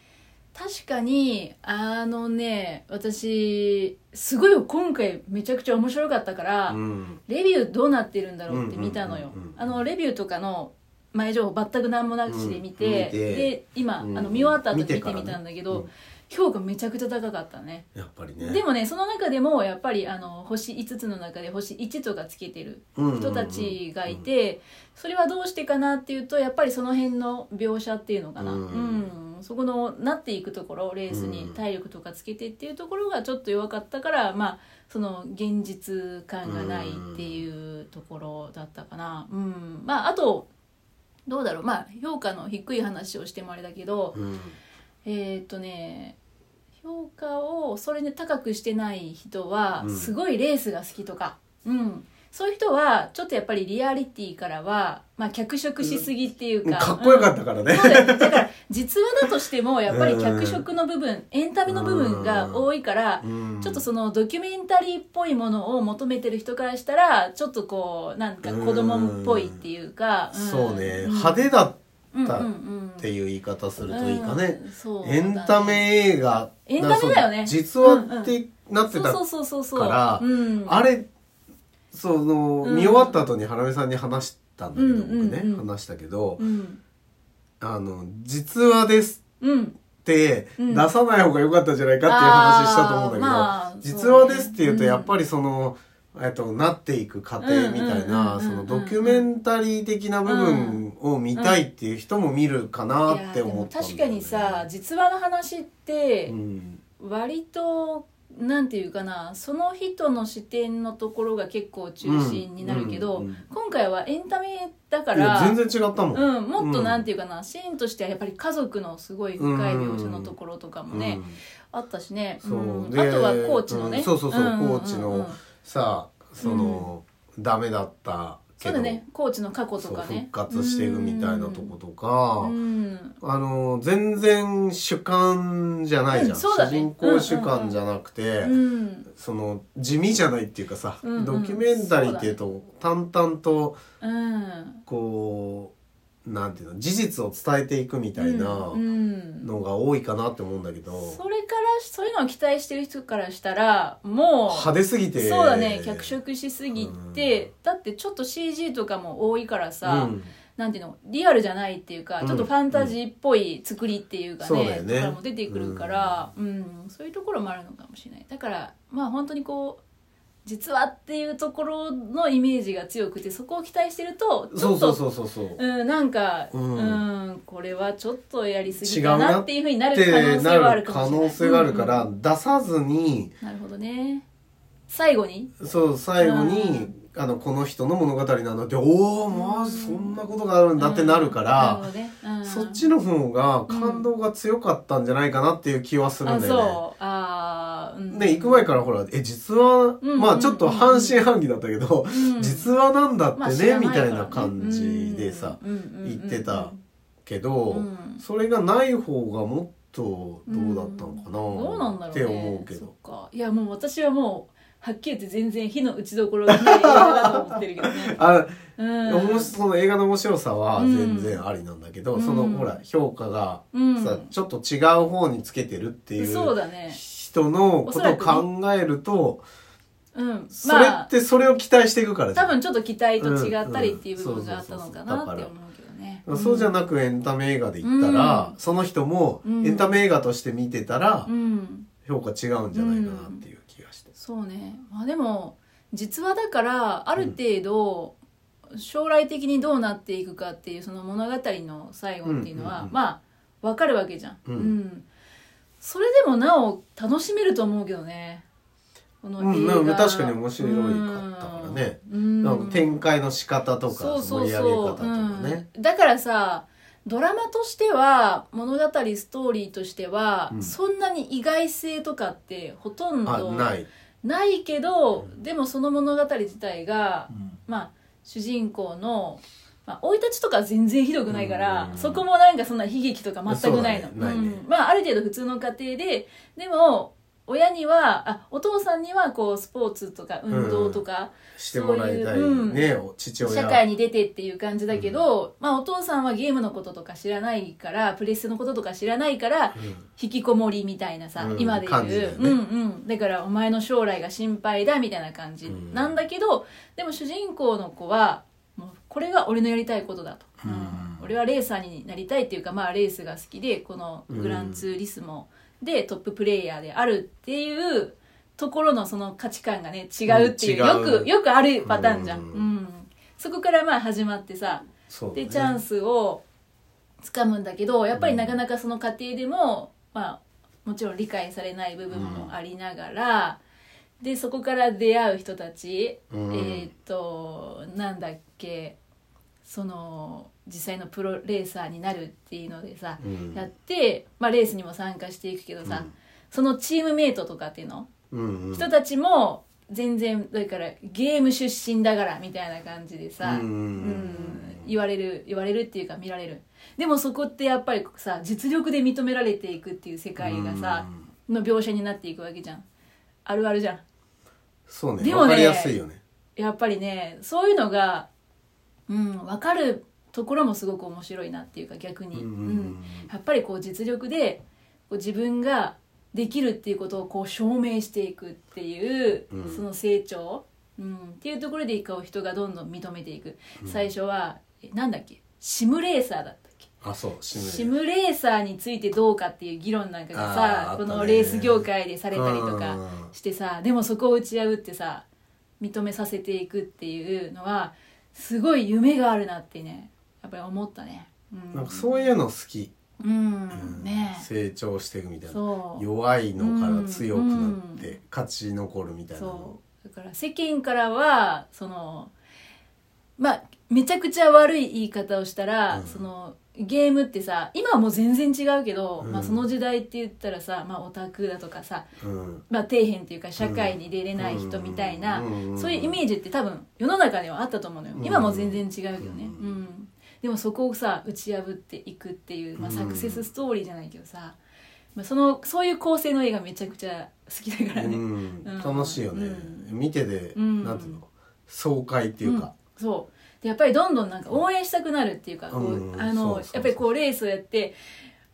Speaker 2: 確かにあのね私すごい今回めちゃくちゃ面白かったから、
Speaker 3: うん
Speaker 2: レビューどうなってるんだろうって見たのよ、
Speaker 3: うんうんうんうん
Speaker 2: あのレビューとかの前情報全く何もなくして見て,、
Speaker 3: うん見て
Speaker 2: で今、
Speaker 3: うん
Speaker 2: あの見終わった後見て
Speaker 3: 見てからね
Speaker 2: みたんだけど、
Speaker 3: うん
Speaker 2: 評価めちゃくちゃ高かったね
Speaker 3: やっぱりね
Speaker 2: でもねその中でもやっぱりあの星5つの中で星1とかつけてる人たちがい、て、それはどうしてかなっていうとやっぱりその辺の描写っていうのかな、
Speaker 3: う
Speaker 2: うんんそこのなっていくところレースに体力とかつけてっていうところがちょっと弱かったから、まあその現実感がないっていうところだったかな。うんまあ、あとどうだろうまあ評価の低い話をしてもあれだけど、
Speaker 3: うんうんうん
Speaker 2: えーっとね評価をそれで高くしてない人は
Speaker 3: うん
Speaker 2: すごいレースが好きとか、うんそういう人はちょっとやっぱりリアリティからは、まあ、脚色しすぎっていう
Speaker 3: もう
Speaker 2: か、
Speaker 3: かっこよか
Speaker 2: っ
Speaker 3: ったから
Speaker 2: た
Speaker 3: ね、
Speaker 2: そうだよねだから実話だとして
Speaker 3: *laughs*
Speaker 2: もやっぱり脚色の部分エンタメの部分が多いから、
Speaker 3: うん
Speaker 2: ちょっとそのドキュメンタリーっぽいものを求めてる人からしたらちょっとこうなんか子供っぽいっていうか、ん
Speaker 3: そうね、
Speaker 2: ん
Speaker 3: 派手だった
Speaker 2: うんうん
Speaker 3: っ
Speaker 2: うん
Speaker 3: ていう言い方するといいかね
Speaker 2: う、んそうだね
Speaker 3: エンタメ映画
Speaker 2: エンタメだよね
Speaker 3: なんかそう実話ってなってた
Speaker 2: そうそうそうそう
Speaker 3: から
Speaker 2: うん、
Speaker 3: あれその、
Speaker 2: うん
Speaker 3: 見終わった後に花見さんに話したんだけど、
Speaker 2: うん
Speaker 3: 僕ね、
Speaker 2: うんうん
Speaker 3: 話したけど、
Speaker 2: うん
Speaker 3: あの実話です
Speaker 2: うん
Speaker 3: って
Speaker 2: う
Speaker 3: 出
Speaker 2: ん
Speaker 3: さない方が良かったんじゃないかっていう話したと思うんだけど、
Speaker 2: あーまあ
Speaker 3: 実話ですっていう
Speaker 2: そう
Speaker 3: と
Speaker 2: ね
Speaker 3: やっぱりその、えっと、なっていく過程みたいな、
Speaker 2: うん
Speaker 3: そ
Speaker 2: うんうんうん
Speaker 3: のドキュメンタリー的な部分を見たいっていう人も見るか
Speaker 2: い
Speaker 3: な
Speaker 2: や
Speaker 3: って
Speaker 2: で
Speaker 3: 思
Speaker 2: も
Speaker 3: ったんだよ
Speaker 2: 確
Speaker 3: ね
Speaker 2: かにさ、実話の話って
Speaker 3: うん、
Speaker 2: 割と、なんていうかなその人の視点のところが結構中心になるけど、
Speaker 3: うんうんうん
Speaker 2: 今回はエンタメだか
Speaker 3: いや
Speaker 2: ら
Speaker 3: 全然違ったもん、
Speaker 2: うん、もっと
Speaker 3: うん
Speaker 2: なんていうかな、シーンとしてはやっぱり家族のすごい深い描写のところとかもね、
Speaker 3: うん
Speaker 2: あったしね、
Speaker 3: そうんで
Speaker 2: あとはコーチのね、
Speaker 3: うんそうそうそうん
Speaker 2: んんん
Speaker 3: コーチのさあその、ダメだった
Speaker 2: そ
Speaker 3: け
Speaker 2: う
Speaker 3: ど
Speaker 2: だねコーチの過去と
Speaker 3: そう
Speaker 2: か
Speaker 3: 復
Speaker 2: ね
Speaker 3: 活していくみたいなとことか、
Speaker 2: うん
Speaker 3: あの全然主観じゃないじゃん、
Speaker 2: うんそうだね
Speaker 3: 主人公主観じゃなくて、
Speaker 2: うん
Speaker 3: その地味じゃないっていうかさ、
Speaker 2: うんうん
Speaker 3: ドキュメンタリーっていうと淡々と
Speaker 2: うん
Speaker 3: こうなんていうの事実を伝えていくみたいな
Speaker 2: うん
Speaker 3: のが多いかなって思うんだけど、
Speaker 2: それからそういうのを期待してる人からしたらも
Speaker 3: 派
Speaker 2: う
Speaker 3: 手すぎて
Speaker 2: そうだね脚色しすぎて、だってちょっと CG とかも多いからさ、
Speaker 3: うん
Speaker 2: なんていうのリアルじゃないっていうか、
Speaker 3: うん
Speaker 2: ちょっとファンタジーっぽい作りっていうか
Speaker 3: そう
Speaker 2: ね,、
Speaker 3: だよね
Speaker 2: とかも出てくるから、うんそういうところもあるのかもしれないだからまあ本当にこう実はっていうところのイメージが強くてそこを期待してるとち
Speaker 3: そ
Speaker 2: ょ
Speaker 3: う
Speaker 2: っと
Speaker 3: そうそうそうそう
Speaker 2: うん、なんか、
Speaker 3: う
Speaker 2: うんん、これはちょっとやりすぎ
Speaker 3: 違う
Speaker 2: か
Speaker 3: な
Speaker 2: な
Speaker 3: っ
Speaker 2: ってて
Speaker 3: い
Speaker 2: いうう
Speaker 3: ふ
Speaker 2: ふ
Speaker 3: う
Speaker 2: う
Speaker 3: に
Speaker 2: に
Speaker 3: な
Speaker 2: な
Speaker 3: る
Speaker 2: る
Speaker 3: 可
Speaker 2: 可能性はあるかもしれない。
Speaker 3: 能性があるか
Speaker 2: う
Speaker 3: ら
Speaker 2: ん
Speaker 3: 出さずに
Speaker 2: うんなるほどね。最後に、
Speaker 3: そう最後
Speaker 2: う
Speaker 3: にあのこの人の物語なのでおおまあそんなことがあるんだってなるか
Speaker 2: うんな
Speaker 3: ら
Speaker 2: るほどねうん
Speaker 3: そっちの方が感動が強かったんじゃないかなっていう気はするんだ
Speaker 2: あ、
Speaker 3: よ
Speaker 2: そう。あーうん
Speaker 3: ね。で行く前からほらえ実は
Speaker 2: うん
Speaker 3: まあちょっと半信半疑だったけど
Speaker 2: うん
Speaker 3: 実はなんだ
Speaker 2: まあ
Speaker 3: って
Speaker 2: 知
Speaker 3: ね
Speaker 2: ら
Speaker 3: み
Speaker 2: ないか
Speaker 3: た
Speaker 2: ら
Speaker 3: い
Speaker 2: ね
Speaker 3: な感じでさ
Speaker 2: うんうんうんうん
Speaker 3: 言ってたけど
Speaker 2: うん
Speaker 3: それがない方がもっとどうだったの
Speaker 2: どう
Speaker 3: か
Speaker 2: なん
Speaker 3: な
Speaker 2: だろうね。
Speaker 3: って思うけ
Speaker 2: そっ
Speaker 3: ど。。
Speaker 2: か。いや、もう私はもう、はっきり言って全然火の打ちどころがない映画だと思ってるけどね
Speaker 3: あ
Speaker 2: うん。
Speaker 3: おもしその映画の面白さは全然ありなんだけど、
Speaker 2: うん
Speaker 3: その
Speaker 2: うん
Speaker 3: ほら評価が
Speaker 2: うん
Speaker 3: さ、ちょっと違う方につけてるってい
Speaker 2: そう
Speaker 3: う
Speaker 2: だね。
Speaker 3: 人のことを
Speaker 2: おそらく
Speaker 3: 考えると、
Speaker 2: うん。
Speaker 3: それってそれを期待していくからじゃ
Speaker 2: 多
Speaker 3: ん
Speaker 2: 分ちょっと期待と違ったりっていう部分があったのかなって思うけどね。
Speaker 3: そうじゃなくエンタメ映画で言ったら、
Speaker 2: うん
Speaker 3: その人も
Speaker 2: うん
Speaker 3: エンタメ映画として見てたら、
Speaker 2: うん
Speaker 3: 評価違うんじゃないかなっていう気がして。
Speaker 2: そうねまあでも実はだからある程度将来的にどうなっていくかっていうその物語の最後っていうのは、
Speaker 3: うんうんうん
Speaker 2: まあわかるわけじゃん、
Speaker 3: うん
Speaker 2: それでもなお楽しめると思うけどねこの
Speaker 3: うん
Speaker 2: 映画、
Speaker 3: なんか確かに面白いかったからね
Speaker 2: うん
Speaker 3: なんか展開の仕方とか
Speaker 2: そうそう
Speaker 3: 盛り上げ
Speaker 2: そ
Speaker 3: 方と
Speaker 2: う、
Speaker 3: かね。
Speaker 2: うん、だからさドラマとしては物語ストーリーとしては、
Speaker 3: うん
Speaker 2: そんなに意外性とかってほとん
Speaker 3: あ
Speaker 2: ど
Speaker 3: ない。
Speaker 2: ないけど、でもその物語自体が、
Speaker 3: うん
Speaker 2: まあ主人公のまあ、生い立ちとかは全然ひどくないから、
Speaker 3: うん
Speaker 2: そこもなんかそんな悲劇とか全くないの
Speaker 3: そうだねないね
Speaker 2: うんまあある程度普通の家庭ででも親にはあお父さんにはこうスポーツとか運動とか、
Speaker 3: してもらいたいね、お父親。
Speaker 2: 社会に出てっていう感じだけど、まあお父さんはゲームのこととか知らないからプレステのこととか知らないから
Speaker 3: うん
Speaker 2: 引きこもりみたいなさ、
Speaker 3: うん
Speaker 2: 今で言う、
Speaker 3: 感じだよね
Speaker 2: うんうんだからお前の将来が心配だみたいな感じ
Speaker 3: うん
Speaker 2: なんだけど、でも主人公の子はもうこれが俺のやりたいことだと、
Speaker 3: うん
Speaker 2: 俺はレーサーになりたいっていうかまあレースが好きでこのグランツーリスモでトッププレイヤーであるっていうところのその価値観がね違うっていう、
Speaker 3: うん違う
Speaker 2: よくよくあるパターンじゃん、
Speaker 3: う
Speaker 2: うんんそこからまあ始まってさ
Speaker 3: そうだね
Speaker 2: でチャンスをつかむんだけどやっぱりなかなかその過程でも、まあ、もちろん理解されない部分もありながら、でそこから出会う人たち、
Speaker 3: うん
Speaker 2: えーっとなんだっけその実際のプロレーサーになるっていうのでさ、
Speaker 3: うん
Speaker 2: やって、まあ、レースにも参加していくけどさ、
Speaker 3: うん
Speaker 2: そのチームメイトとかっていうの、
Speaker 3: うんうん
Speaker 2: 人たちも全然だからゲーム出身だからみたいな感じでさ、
Speaker 3: うん
Speaker 2: うん言われる言われるっていうか見られるでもそこってやっぱりさ実力で認められていくっていう世界がさ、の描写になっていくわけじゃんあるあるじゃん
Speaker 3: そうね。
Speaker 2: で
Speaker 3: わ
Speaker 2: もね
Speaker 3: かりやすいよね。
Speaker 2: やっぱりねそういうのがうん分かるところもすごく面白いなっていうか逆に、
Speaker 3: うん
Speaker 2: やっぱりこう実力でこう自分ができるっていうことをこう証明していくっていう、
Speaker 3: うん
Speaker 2: その成長、うん、っていうところでこう人がどんどん認めていく、最初はえなんだっけシムレーサーだったっけ
Speaker 3: あ、そう、シ
Speaker 2: シ
Speaker 3: ムレ
Speaker 2: ムレーサーについてどうかっていう議論なんかが
Speaker 3: あーあ
Speaker 2: さ
Speaker 3: っ
Speaker 2: こ
Speaker 3: たね
Speaker 2: のレース業界でされたりと
Speaker 3: う
Speaker 2: か
Speaker 3: ん
Speaker 2: してさでもそこを打ち破ってさ認めさせていくっていうのはすごい夢があるなってねやっぱり思ったね。うん、
Speaker 3: なんかそういうの好き。
Speaker 2: うん、ねえ
Speaker 3: 成長していくみたいな。
Speaker 2: そう
Speaker 3: 弱いのから強くなっ
Speaker 2: う
Speaker 3: て勝ち残るみたいなの
Speaker 2: そうだから世間からはそのまあめちゃくちゃ悪い言い方をしたら、
Speaker 3: うん
Speaker 2: そのゲームってさ今はもう全然違うけど、
Speaker 3: うん
Speaker 2: まあ、その時代って言ったらさ、まあ、オタクだとかさ、
Speaker 3: うん
Speaker 2: まあ、底辺っていうか社会に出れない人みたいな、
Speaker 3: うん
Speaker 2: そういうイメージって多分世の中にはあったと思うのよ、
Speaker 3: うん
Speaker 2: 今も全然違うけどね、
Speaker 3: う
Speaker 2: うんでもそこをさ打ち破っていくっていう、まあ、
Speaker 3: うん
Speaker 2: サクセスストーリーじゃないけどさ、まあ、そのそういう構成の映画めちゃくちゃ好きだからね、
Speaker 3: うん
Speaker 2: うん
Speaker 3: 楽しいよね
Speaker 2: う
Speaker 3: 見てて
Speaker 2: うん
Speaker 3: なんていうの爽快っていうか
Speaker 2: うんそうでやっぱりどんどんなんか応援したくなるっていうか、こう
Speaker 3: うん
Speaker 2: あ
Speaker 3: そ
Speaker 2: の
Speaker 3: うそう
Speaker 2: やっぱりこうレースをやって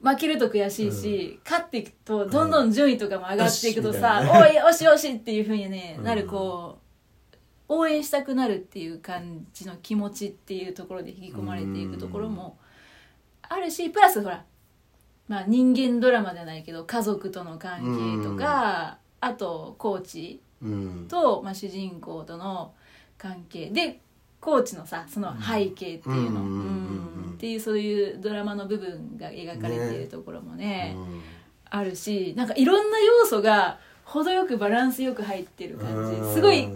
Speaker 2: 負けると悔しいし、勝っていくとどんどん順位とかも上がっていくとさ「
Speaker 3: うん
Speaker 2: おいよしよし」っていうふうに、ね
Speaker 3: うん
Speaker 2: なるこう応援したくなるっていう感じの気持ちっていうところで引き込まれていくところもあるし、プラスほら、まあ、人間ドラマじゃないけど家族との関係とか、あとコーチ
Speaker 3: うん
Speaker 2: と、まあ、主人公との関係でコーチのさその背景っていうの、
Speaker 3: う
Speaker 2: うんん
Speaker 3: うんうんうん
Speaker 2: っていうそういうドラマの部分が描かれてい
Speaker 3: ね
Speaker 2: るところも
Speaker 3: う
Speaker 2: ね
Speaker 3: ん
Speaker 2: あるしなんかいろんな要素が程よくバランスよく入ってる感
Speaker 3: う
Speaker 2: じ
Speaker 3: ん
Speaker 2: すごい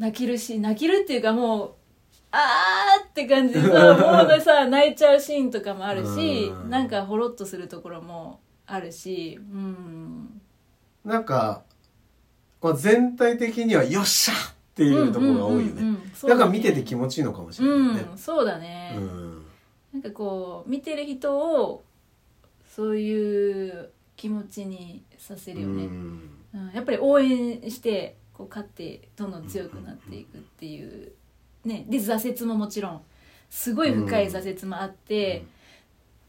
Speaker 2: 泣けるし泣けるっていうかもうあーって感じでさもうさ泣いちゃうシーンとかもあるし
Speaker 3: うん
Speaker 2: なんかほろっとするところもあるしうん
Speaker 3: なんかまあ全体的にはよっしゃっていうところが多い
Speaker 2: う
Speaker 3: よ
Speaker 2: んうんう
Speaker 3: ね
Speaker 2: んうんそう
Speaker 3: だ
Speaker 2: だ
Speaker 3: か
Speaker 2: ね
Speaker 3: ら見てて気持ちいいのかもしれないね
Speaker 2: うんそうだね、
Speaker 3: うん
Speaker 2: なんかこう見てる人をそういう気持ちにさせるよね、
Speaker 3: うん
Speaker 2: うんやっぱり応援してこう勝ってどんどん強くなっていくっていう、ね、で挫折ももちろんすごい深い挫折もあって、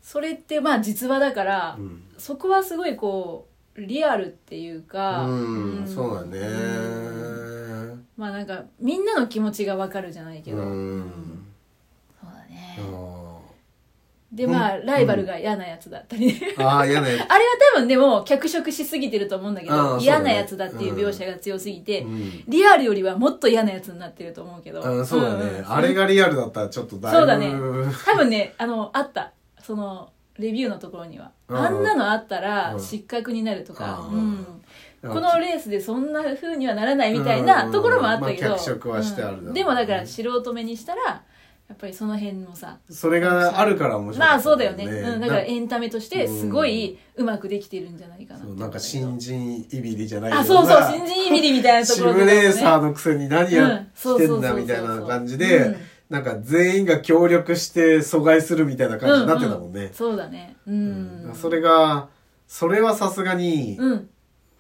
Speaker 2: それってまあ実話だから、
Speaker 3: うん
Speaker 2: そこはすごいこうリアルっていうか、
Speaker 3: うんそうだね
Speaker 2: うんまあなんかみんなの気持ちがわかるじゃないけど、
Speaker 3: う
Speaker 2: うんんそうだね、
Speaker 3: あー
Speaker 2: でまあライバルが嫌なやつだったりね、
Speaker 3: ああ、嫌ね。
Speaker 2: *laughs* あれは多分でも脚色しすぎてると思うんだけ
Speaker 3: あ
Speaker 2: ど、
Speaker 3: あ
Speaker 2: 嫌
Speaker 3: そう
Speaker 2: な
Speaker 3: だね
Speaker 2: やつだっていう描写が強すぎて、
Speaker 3: うん
Speaker 2: リアルよりはもっと嫌なやつになってると思うけど、
Speaker 3: あそうだね、
Speaker 2: んん
Speaker 3: あれがリアルだったらちょっとだいぶ。
Speaker 2: そうだね多分ねあのあったそのレビューのところには
Speaker 3: うん
Speaker 2: あんなのあったら
Speaker 3: うん
Speaker 2: 失格になるとか、
Speaker 3: うん
Speaker 2: うん
Speaker 3: うん
Speaker 2: このレースでそんな風にはならないみたいなところもあったけど、
Speaker 3: うんまあ脚色はしてあるだろうね
Speaker 2: うんでもだから素人目にしたらやっぱりその辺もさ
Speaker 3: それがあるから面白い、
Speaker 2: まあそうだよね、うん、だからエンタメとしてすご
Speaker 3: う
Speaker 2: いうんうまくできてるんじゃないかな
Speaker 3: そうなんか新人いびりじゃない
Speaker 2: あそうそう新
Speaker 3: 人
Speaker 2: 人いびりみたいなと
Speaker 3: シ
Speaker 2: ころ
Speaker 3: ムレー
Speaker 2: ね
Speaker 3: サーのくせに何やってんだみたいな感じ
Speaker 2: う
Speaker 3: で
Speaker 2: ん、
Speaker 3: なんか全員が協力して阻害するみたいな感じになってたもんね。
Speaker 2: そうだねう
Speaker 3: うん
Speaker 2: ん、
Speaker 3: それが、それはさすがに、
Speaker 2: うん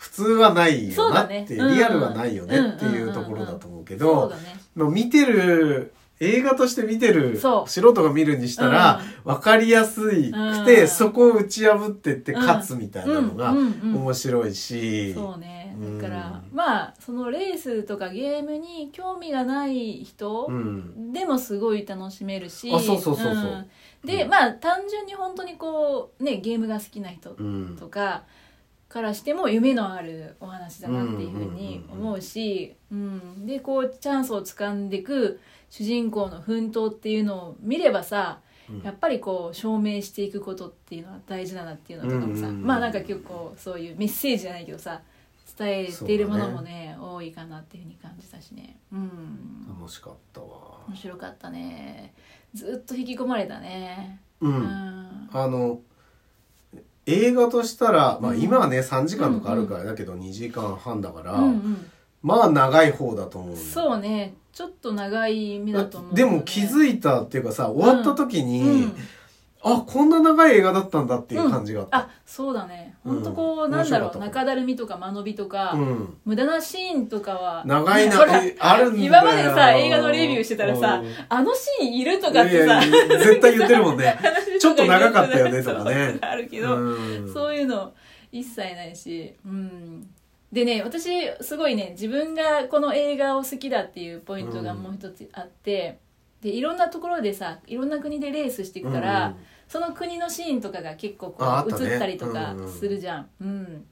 Speaker 3: 普通はない
Speaker 2: そ
Speaker 3: よ
Speaker 2: う
Speaker 3: な
Speaker 2: だ
Speaker 3: っ
Speaker 2: ね
Speaker 3: て、
Speaker 2: うん
Speaker 3: リアルはないよねっていうところだと思うけ
Speaker 2: そ
Speaker 3: ど
Speaker 2: うだ、ね
Speaker 3: まあ見てる、映画として見てる、素
Speaker 2: そう
Speaker 3: 人が見るにしたら、わかりやすいくて、
Speaker 2: うん
Speaker 3: そこを打ち破ってって勝つみたいなのが
Speaker 2: うんうんうん
Speaker 3: 面白いし、
Speaker 2: そうね
Speaker 3: うん
Speaker 2: だからまあそのレースとかゲームに興味がない人、
Speaker 3: うん。
Speaker 2: でもすごい楽しめるし
Speaker 3: あそうそうそうそうん
Speaker 2: でまあ単純に本当にこうねゲームが好きな人
Speaker 3: うん
Speaker 2: とかからしても夢のあるお話だなっていうふうに思うし、うん、でこうチャンスをつかんでいく主人公の奮闘っていうのを見ればさ
Speaker 3: うん
Speaker 2: やっぱりこう証明していくことっていうのは大事だなっていうのとかもさ、
Speaker 3: うんうんうん
Speaker 2: まあなんか結構そういうメッセージじゃないけどさ伝えているものもね多いかなっていうふうに感じたしね。うん
Speaker 3: 楽しかったわ。
Speaker 2: 面白かったねずっと引き込まれたね
Speaker 3: う。
Speaker 2: うんん
Speaker 3: あの、映画としたら、まあ
Speaker 2: うん
Speaker 3: 今はね、3時間とかあるからだけど、2時間半だから
Speaker 2: う、ん
Speaker 3: まあ長い方だと思う
Speaker 2: うんん
Speaker 3: だよ
Speaker 2: そうねちょっと長い目だと思う
Speaker 3: でも気づ
Speaker 2: い
Speaker 3: いたっていうかさ、終わった時
Speaker 2: て
Speaker 3: に、
Speaker 2: うん、
Speaker 3: あ、こんな長い映画だったんだっていう感じがあった。
Speaker 2: あそうだねほんとこう、
Speaker 3: うん
Speaker 2: なんだろう
Speaker 3: 面白かった
Speaker 2: 中だるみとか間延びとか、
Speaker 3: うん。
Speaker 2: 無駄なシーンとかは
Speaker 3: 長い
Speaker 2: ほ
Speaker 3: な、
Speaker 2: ら
Speaker 3: えあるんだよ
Speaker 2: 今までさ映画のレビューしてたらさ
Speaker 3: うん
Speaker 2: あのシーンいると
Speaker 3: い
Speaker 2: か
Speaker 3: や
Speaker 2: っ
Speaker 3: い
Speaker 2: て
Speaker 3: や
Speaker 2: さ
Speaker 3: いや絶対言ってるもんね。
Speaker 2: 話
Speaker 3: ちょっと長かったよねとか
Speaker 2: *laughs* そう
Speaker 3: ね
Speaker 2: あるけど、
Speaker 3: うん
Speaker 2: そういうの一切ないし、うん、でね私すごいね自分がこの映画を好きだっていうポイントが
Speaker 3: うん
Speaker 2: もう一つあって、でいろんなところでさいろんな国でレースしていくから、
Speaker 3: うん
Speaker 2: その国のシーンとかが結構こ
Speaker 3: ああっ
Speaker 2: う
Speaker 3: たね
Speaker 2: 映ったりとか
Speaker 3: うん
Speaker 2: するじゃん。うん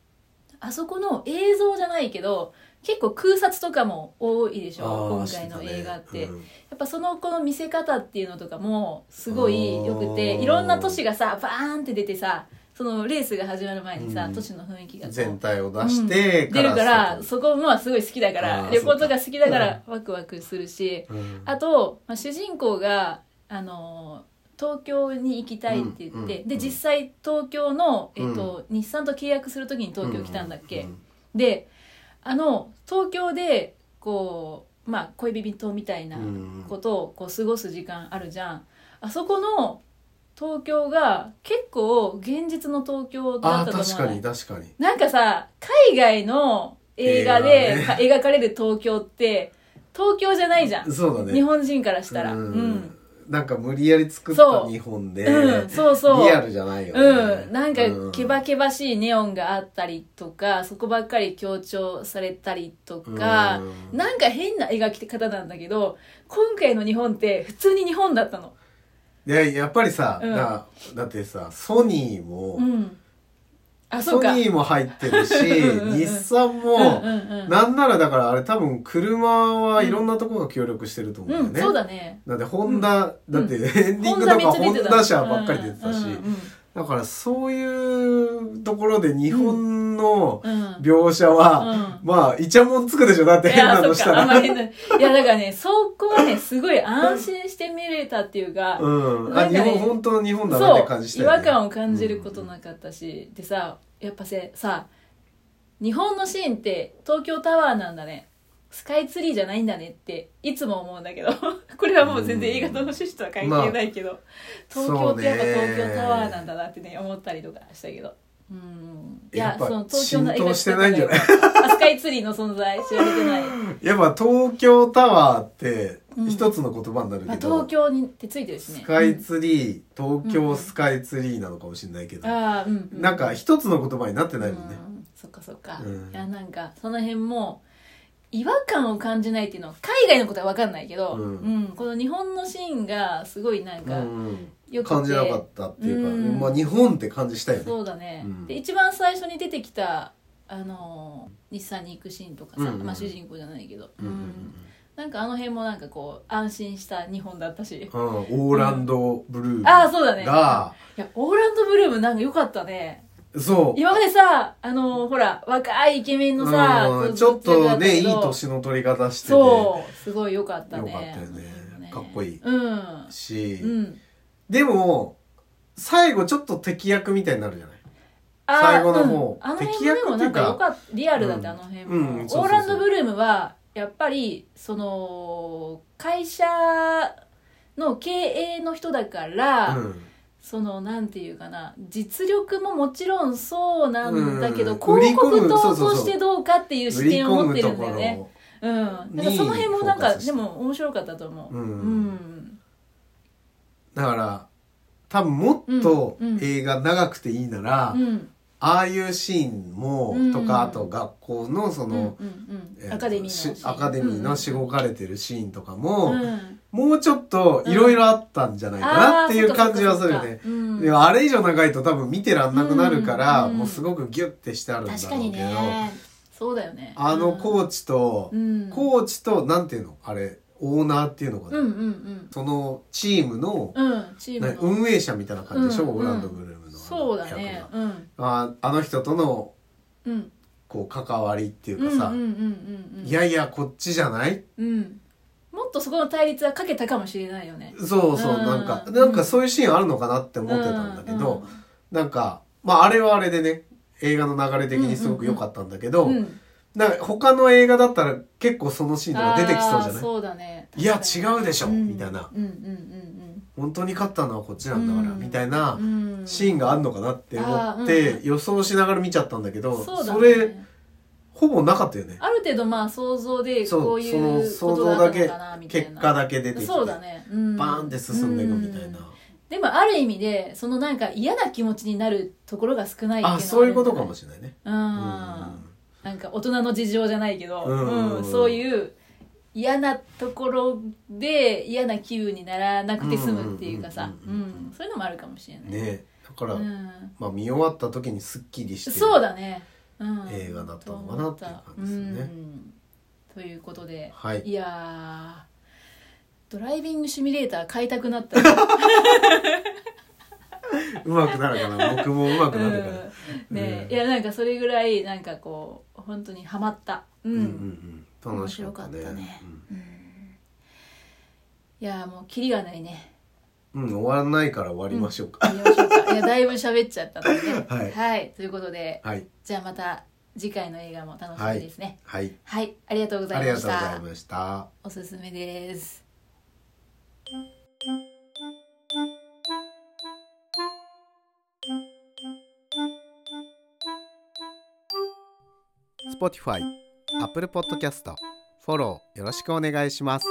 Speaker 2: あそこの映像じゃないけど結構空撮とかも多いでしょ
Speaker 3: あー
Speaker 2: 今
Speaker 3: して
Speaker 2: 回
Speaker 3: た
Speaker 2: の
Speaker 3: ね
Speaker 2: 映画って、
Speaker 3: うん
Speaker 2: やっぱそのこの見せ方っていうのとかもすごい良くて
Speaker 3: あー
Speaker 2: いろんな都市がさバーンって出てさそのレースが始まる前にさ、
Speaker 3: うん
Speaker 2: 都市の雰囲気がこう
Speaker 3: 全体を出して
Speaker 2: うん出るから
Speaker 3: ス
Speaker 2: そこもすごい好きだか
Speaker 3: あ
Speaker 2: ら
Speaker 3: ー
Speaker 2: 旅行とか好きだか
Speaker 3: そう
Speaker 2: らワクワクするし
Speaker 3: タートうん
Speaker 2: あと、まあ、主人公があのー東京に行きたいって言って、
Speaker 3: うんうんうん
Speaker 2: で実際東京の、えっと日産と契約する時に東京来たんだっけ、
Speaker 3: うん
Speaker 2: であの東京でこうまあ恋人みたいな
Speaker 3: うん
Speaker 2: ことをこう過ごす時間あるじゃんあそこの東京が結構現実の東京だ
Speaker 3: あ
Speaker 2: った
Speaker 3: ー
Speaker 2: と
Speaker 3: 確
Speaker 2: 思
Speaker 3: か
Speaker 2: わな
Speaker 3: に
Speaker 2: い
Speaker 3: 確かに。
Speaker 2: なんかさ海外の映画で
Speaker 3: 映画
Speaker 2: か描かれる東京って東京じゃないじゃん、
Speaker 3: そうだね。
Speaker 2: 日本人からしたら
Speaker 3: うん
Speaker 2: うん、
Speaker 3: なんか無理やり作っ
Speaker 2: そ
Speaker 3: た
Speaker 2: う
Speaker 3: 日本で、
Speaker 2: うんそうそう
Speaker 3: リアルじゃないよね。
Speaker 2: うん、なんか
Speaker 3: う
Speaker 2: けばけばしいネオンがあったりとかそこばっかり強調されたりとか、
Speaker 3: うん
Speaker 2: なんか変な描き方なんだけど今回の日本って普通に日本だったの。
Speaker 3: でやっぱりさ、
Speaker 2: うん
Speaker 3: だだってさソニーも、
Speaker 2: うん、あそ
Speaker 3: ソ
Speaker 2: うか
Speaker 3: ニーも入ってるし
Speaker 2: うんうんうん
Speaker 3: 日産も、
Speaker 2: うんうんうん
Speaker 3: なんならだからあれ多分車はいろんなとこが協力してると思
Speaker 2: う
Speaker 3: うんだよ
Speaker 2: ん、
Speaker 3: ね。
Speaker 2: そうだね。
Speaker 3: だってホンダ、だってエンディン
Speaker 2: ホン
Speaker 3: グと
Speaker 2: ダめ
Speaker 3: か
Speaker 2: っちゃ
Speaker 3: ホ
Speaker 2: 出
Speaker 3: ン
Speaker 2: てた
Speaker 3: ダ車ばっかり出てたし、
Speaker 2: うんうん
Speaker 3: だからそういうところで日本の
Speaker 2: うんうん
Speaker 3: 描写は、まあイチャモンつくでしょだって
Speaker 2: い
Speaker 3: 変
Speaker 2: や
Speaker 3: な
Speaker 2: そ
Speaker 3: の
Speaker 2: っ
Speaker 3: し
Speaker 2: か
Speaker 3: た
Speaker 2: あ
Speaker 3: ら
Speaker 2: ん。まりないいやだからねそこはねすごい安心して見れたっていうか、
Speaker 3: うん、
Speaker 2: な
Speaker 3: あ
Speaker 2: んか
Speaker 3: 日
Speaker 2: ね
Speaker 3: 本本当の日本だなっ
Speaker 2: そ
Speaker 3: て
Speaker 2: う
Speaker 3: 感じした
Speaker 2: 違
Speaker 3: よね
Speaker 2: 和感を感じることなかったし、でさやっぱせさ日本のシーンって東京タワーなんだねスカイツリーじゃないんだねっていつも思うんだけど *laughs* これはもう全然映画の趣旨とは関係ないけど、東京ってやっぱ東京タワーなんだなってね思ったりとかしたけど。うん、いや
Speaker 3: やっぱ
Speaker 2: その東京の映
Speaker 3: 浸
Speaker 2: 画
Speaker 3: 透してないんじゃない
Speaker 2: あスカイツリーの存在知られて
Speaker 3: *laughs*
Speaker 2: ない、
Speaker 3: やっぱ東京タワーって
Speaker 2: うん
Speaker 3: 一つの言葉になる
Speaker 2: まあ、
Speaker 3: けど、
Speaker 2: 東京にってついてるしね
Speaker 3: スカイツリー、東京スカイツリーなのかもしれないけど、
Speaker 2: ああうん、うん、
Speaker 3: なんか一つの言葉になってないもんね。
Speaker 2: うんそっかそっか、
Speaker 3: うん
Speaker 2: いやなんかその辺も違和感を感じないっていうのは海外のことは分かんないけど、
Speaker 3: うん
Speaker 2: この日本のシーンがすごいなん
Speaker 3: う
Speaker 2: か、
Speaker 3: ん
Speaker 2: よくて
Speaker 3: 感じなかったっていうか、
Speaker 2: うん
Speaker 3: まあ日本って感じしたよね
Speaker 2: そうだね、
Speaker 3: うん
Speaker 2: で一番最初に出てきたあの日産に行くシーンとかさ、
Speaker 3: うんうん
Speaker 2: まあ、主人公じゃないけど、
Speaker 3: うんうん
Speaker 2: なんかあの辺もなんかこう安心した日本だったし、
Speaker 3: うんうんオーランドブルー
Speaker 2: ああそうだね
Speaker 3: が
Speaker 2: いやオーランドブルームなんか良かったね
Speaker 3: そう
Speaker 2: 今までさあのほら若いイケメンのさ、
Speaker 3: うん
Speaker 2: こう
Speaker 3: ちょっ
Speaker 2: 活躍だ
Speaker 3: と
Speaker 2: た
Speaker 3: ねい
Speaker 2: け
Speaker 3: い
Speaker 2: ど
Speaker 3: 年の取り方してて
Speaker 2: そうすごい良かったね
Speaker 3: 良かったよね
Speaker 2: あの辺も
Speaker 3: かっこいい
Speaker 2: うん
Speaker 3: し、
Speaker 2: うん
Speaker 3: でも最後ちょっと敵役みたいになるじゃない
Speaker 2: あー
Speaker 3: 最後の方
Speaker 2: うんあの
Speaker 3: 敵
Speaker 2: 辺も
Speaker 3: 役っ
Speaker 2: で
Speaker 3: てい
Speaker 2: もなん
Speaker 3: うか
Speaker 2: かよかったリアルだって
Speaker 3: うん
Speaker 2: あの辺
Speaker 3: うん
Speaker 2: も
Speaker 3: そうそうそう
Speaker 2: オーランドブルームはやっぱりその会社の経営の人だから、
Speaker 3: うん
Speaker 2: そのなんていうかな実力ももちろんそうなんだけど、
Speaker 3: うん
Speaker 2: 広
Speaker 3: 売り込
Speaker 2: 告
Speaker 3: むそ
Speaker 2: 塔
Speaker 3: うそうそう
Speaker 2: としてどうかっていう視点を持ってるんだよね。
Speaker 3: を
Speaker 2: うん、なんかその辺もなんか
Speaker 3: にフォーカスして
Speaker 2: でも面白かったと思う。
Speaker 3: うん
Speaker 2: うん
Speaker 3: だから多分もっと
Speaker 2: うんうん
Speaker 3: 映画長くていいなら、
Speaker 2: うん
Speaker 3: ああいうシーンも、
Speaker 2: うん
Speaker 3: とかあと学校のそ
Speaker 2: うんうん
Speaker 3: の、
Speaker 2: うん
Speaker 3: えー
Speaker 2: アカデミーのシ
Speaker 3: し
Speaker 2: ーン
Speaker 3: アカデミーのしごかれてるシーンとかも、
Speaker 2: うん
Speaker 3: もうちょっといろいろあったんじゃないかなっていう感じはするよね。
Speaker 2: うん
Speaker 3: でもあれ以上長いと多分見てらんなくなるから、
Speaker 2: うん
Speaker 3: もうすごくギュッてしてあるんだろうけ
Speaker 2: 確かに
Speaker 3: ど、
Speaker 2: ねそうだよね
Speaker 3: あのコーチと、
Speaker 2: うん
Speaker 3: コーチとなんていうのあれオーナーっていうのかな、
Speaker 2: うんうん
Speaker 3: そのチームの、
Speaker 2: うんうんチーム
Speaker 3: な
Speaker 2: の
Speaker 3: 運営者みたいな感じでしょ、
Speaker 2: うん
Speaker 3: オーランド・ブルームのあの
Speaker 2: そうだね
Speaker 3: 役が
Speaker 2: うん
Speaker 3: ああの人との
Speaker 2: うん
Speaker 3: こう関わりっていううん
Speaker 2: う
Speaker 3: か
Speaker 2: ん
Speaker 3: さ、
Speaker 2: うんうんうん
Speaker 3: いやいやこっちじゃない
Speaker 2: うんもっとそこの対立はかけたかもしれないよね
Speaker 3: そうそう、
Speaker 2: うん
Speaker 3: なんかなんかそういうシーンあるのかなって思ってたんだけど、なんかまああれはあれでね映画の流れ的にすごく良かったんだけど、
Speaker 2: うんうんうん
Speaker 3: なんか他の映画だったら結構そのシーンとか出てきそう
Speaker 2: あ
Speaker 3: じゃ
Speaker 2: ー
Speaker 3: ない
Speaker 2: そうだね
Speaker 3: いや違うでしょ、みたいな
Speaker 2: うんうんうん
Speaker 3: 本当に勝ったのはこっちなんだから、
Speaker 2: うん
Speaker 3: みたいな
Speaker 2: うんうん
Speaker 3: シーンがあるのかなって思っ
Speaker 2: あー
Speaker 3: て
Speaker 2: う
Speaker 3: 予想しながら見ちゃったんだけど、
Speaker 2: そうだね
Speaker 3: それほぼなかったよね
Speaker 2: ある程度まあ想像で
Speaker 3: そう
Speaker 2: こうい
Speaker 3: その
Speaker 2: うこ
Speaker 3: 想
Speaker 2: と
Speaker 3: 像
Speaker 2: があ
Speaker 3: だ
Speaker 2: ったの
Speaker 3: け
Speaker 2: かなみたいな
Speaker 3: 結果だけ出てきて
Speaker 2: そうだね、うん
Speaker 3: バーンって進んでいくみたいな、
Speaker 2: うんでもある意味でそのなんか嫌な気持ちになるところが少ないっていうのは
Speaker 3: あそういうことかも
Speaker 2: し
Speaker 3: しれないね
Speaker 2: れない、うん、なんか大人の事情じゃないけど、
Speaker 3: う
Speaker 2: うん
Speaker 3: うん
Speaker 2: んそういう嫌なところで嫌な気分にならなくて済むっていうかさ、
Speaker 3: う
Speaker 2: うんん
Speaker 3: うんうんうん
Speaker 2: そういうのもあるかもしれない、
Speaker 3: ねだから、
Speaker 2: うん、
Speaker 3: まあ見終わった時にすっきりして
Speaker 2: そうだね、うん、
Speaker 3: 映画だったのかなっていう感じですよね
Speaker 2: うんということで、
Speaker 3: はい
Speaker 2: いやードライビングシミュレーター買いたくな
Speaker 3: *laughs*
Speaker 2: ったね
Speaker 3: うまくなるかな僕もうまくなるから、
Speaker 2: うんね、
Speaker 3: うん
Speaker 2: いやなんかそれぐらいなんかこう本当にハマったうん、
Speaker 3: うんうんうん楽しかったね
Speaker 2: 面白かったねうんいやもうキリがないね
Speaker 3: うん、うん終わらないから終わりましょうか、
Speaker 2: やりましょうかいやだいぶ喋っちゃったので、ね、
Speaker 3: *laughs* はい
Speaker 2: ということで
Speaker 3: はい
Speaker 2: じゃあまた次回の映画も楽しみですね
Speaker 3: はい
Speaker 2: はい、ありがとうござ
Speaker 3: あ
Speaker 2: い
Speaker 3: りが
Speaker 2: ま
Speaker 3: とう
Speaker 2: し
Speaker 3: ござい
Speaker 2: た
Speaker 3: ました
Speaker 2: おすすめです
Speaker 3: Spotify、Apple Podcast、フォローよろしくお願いします。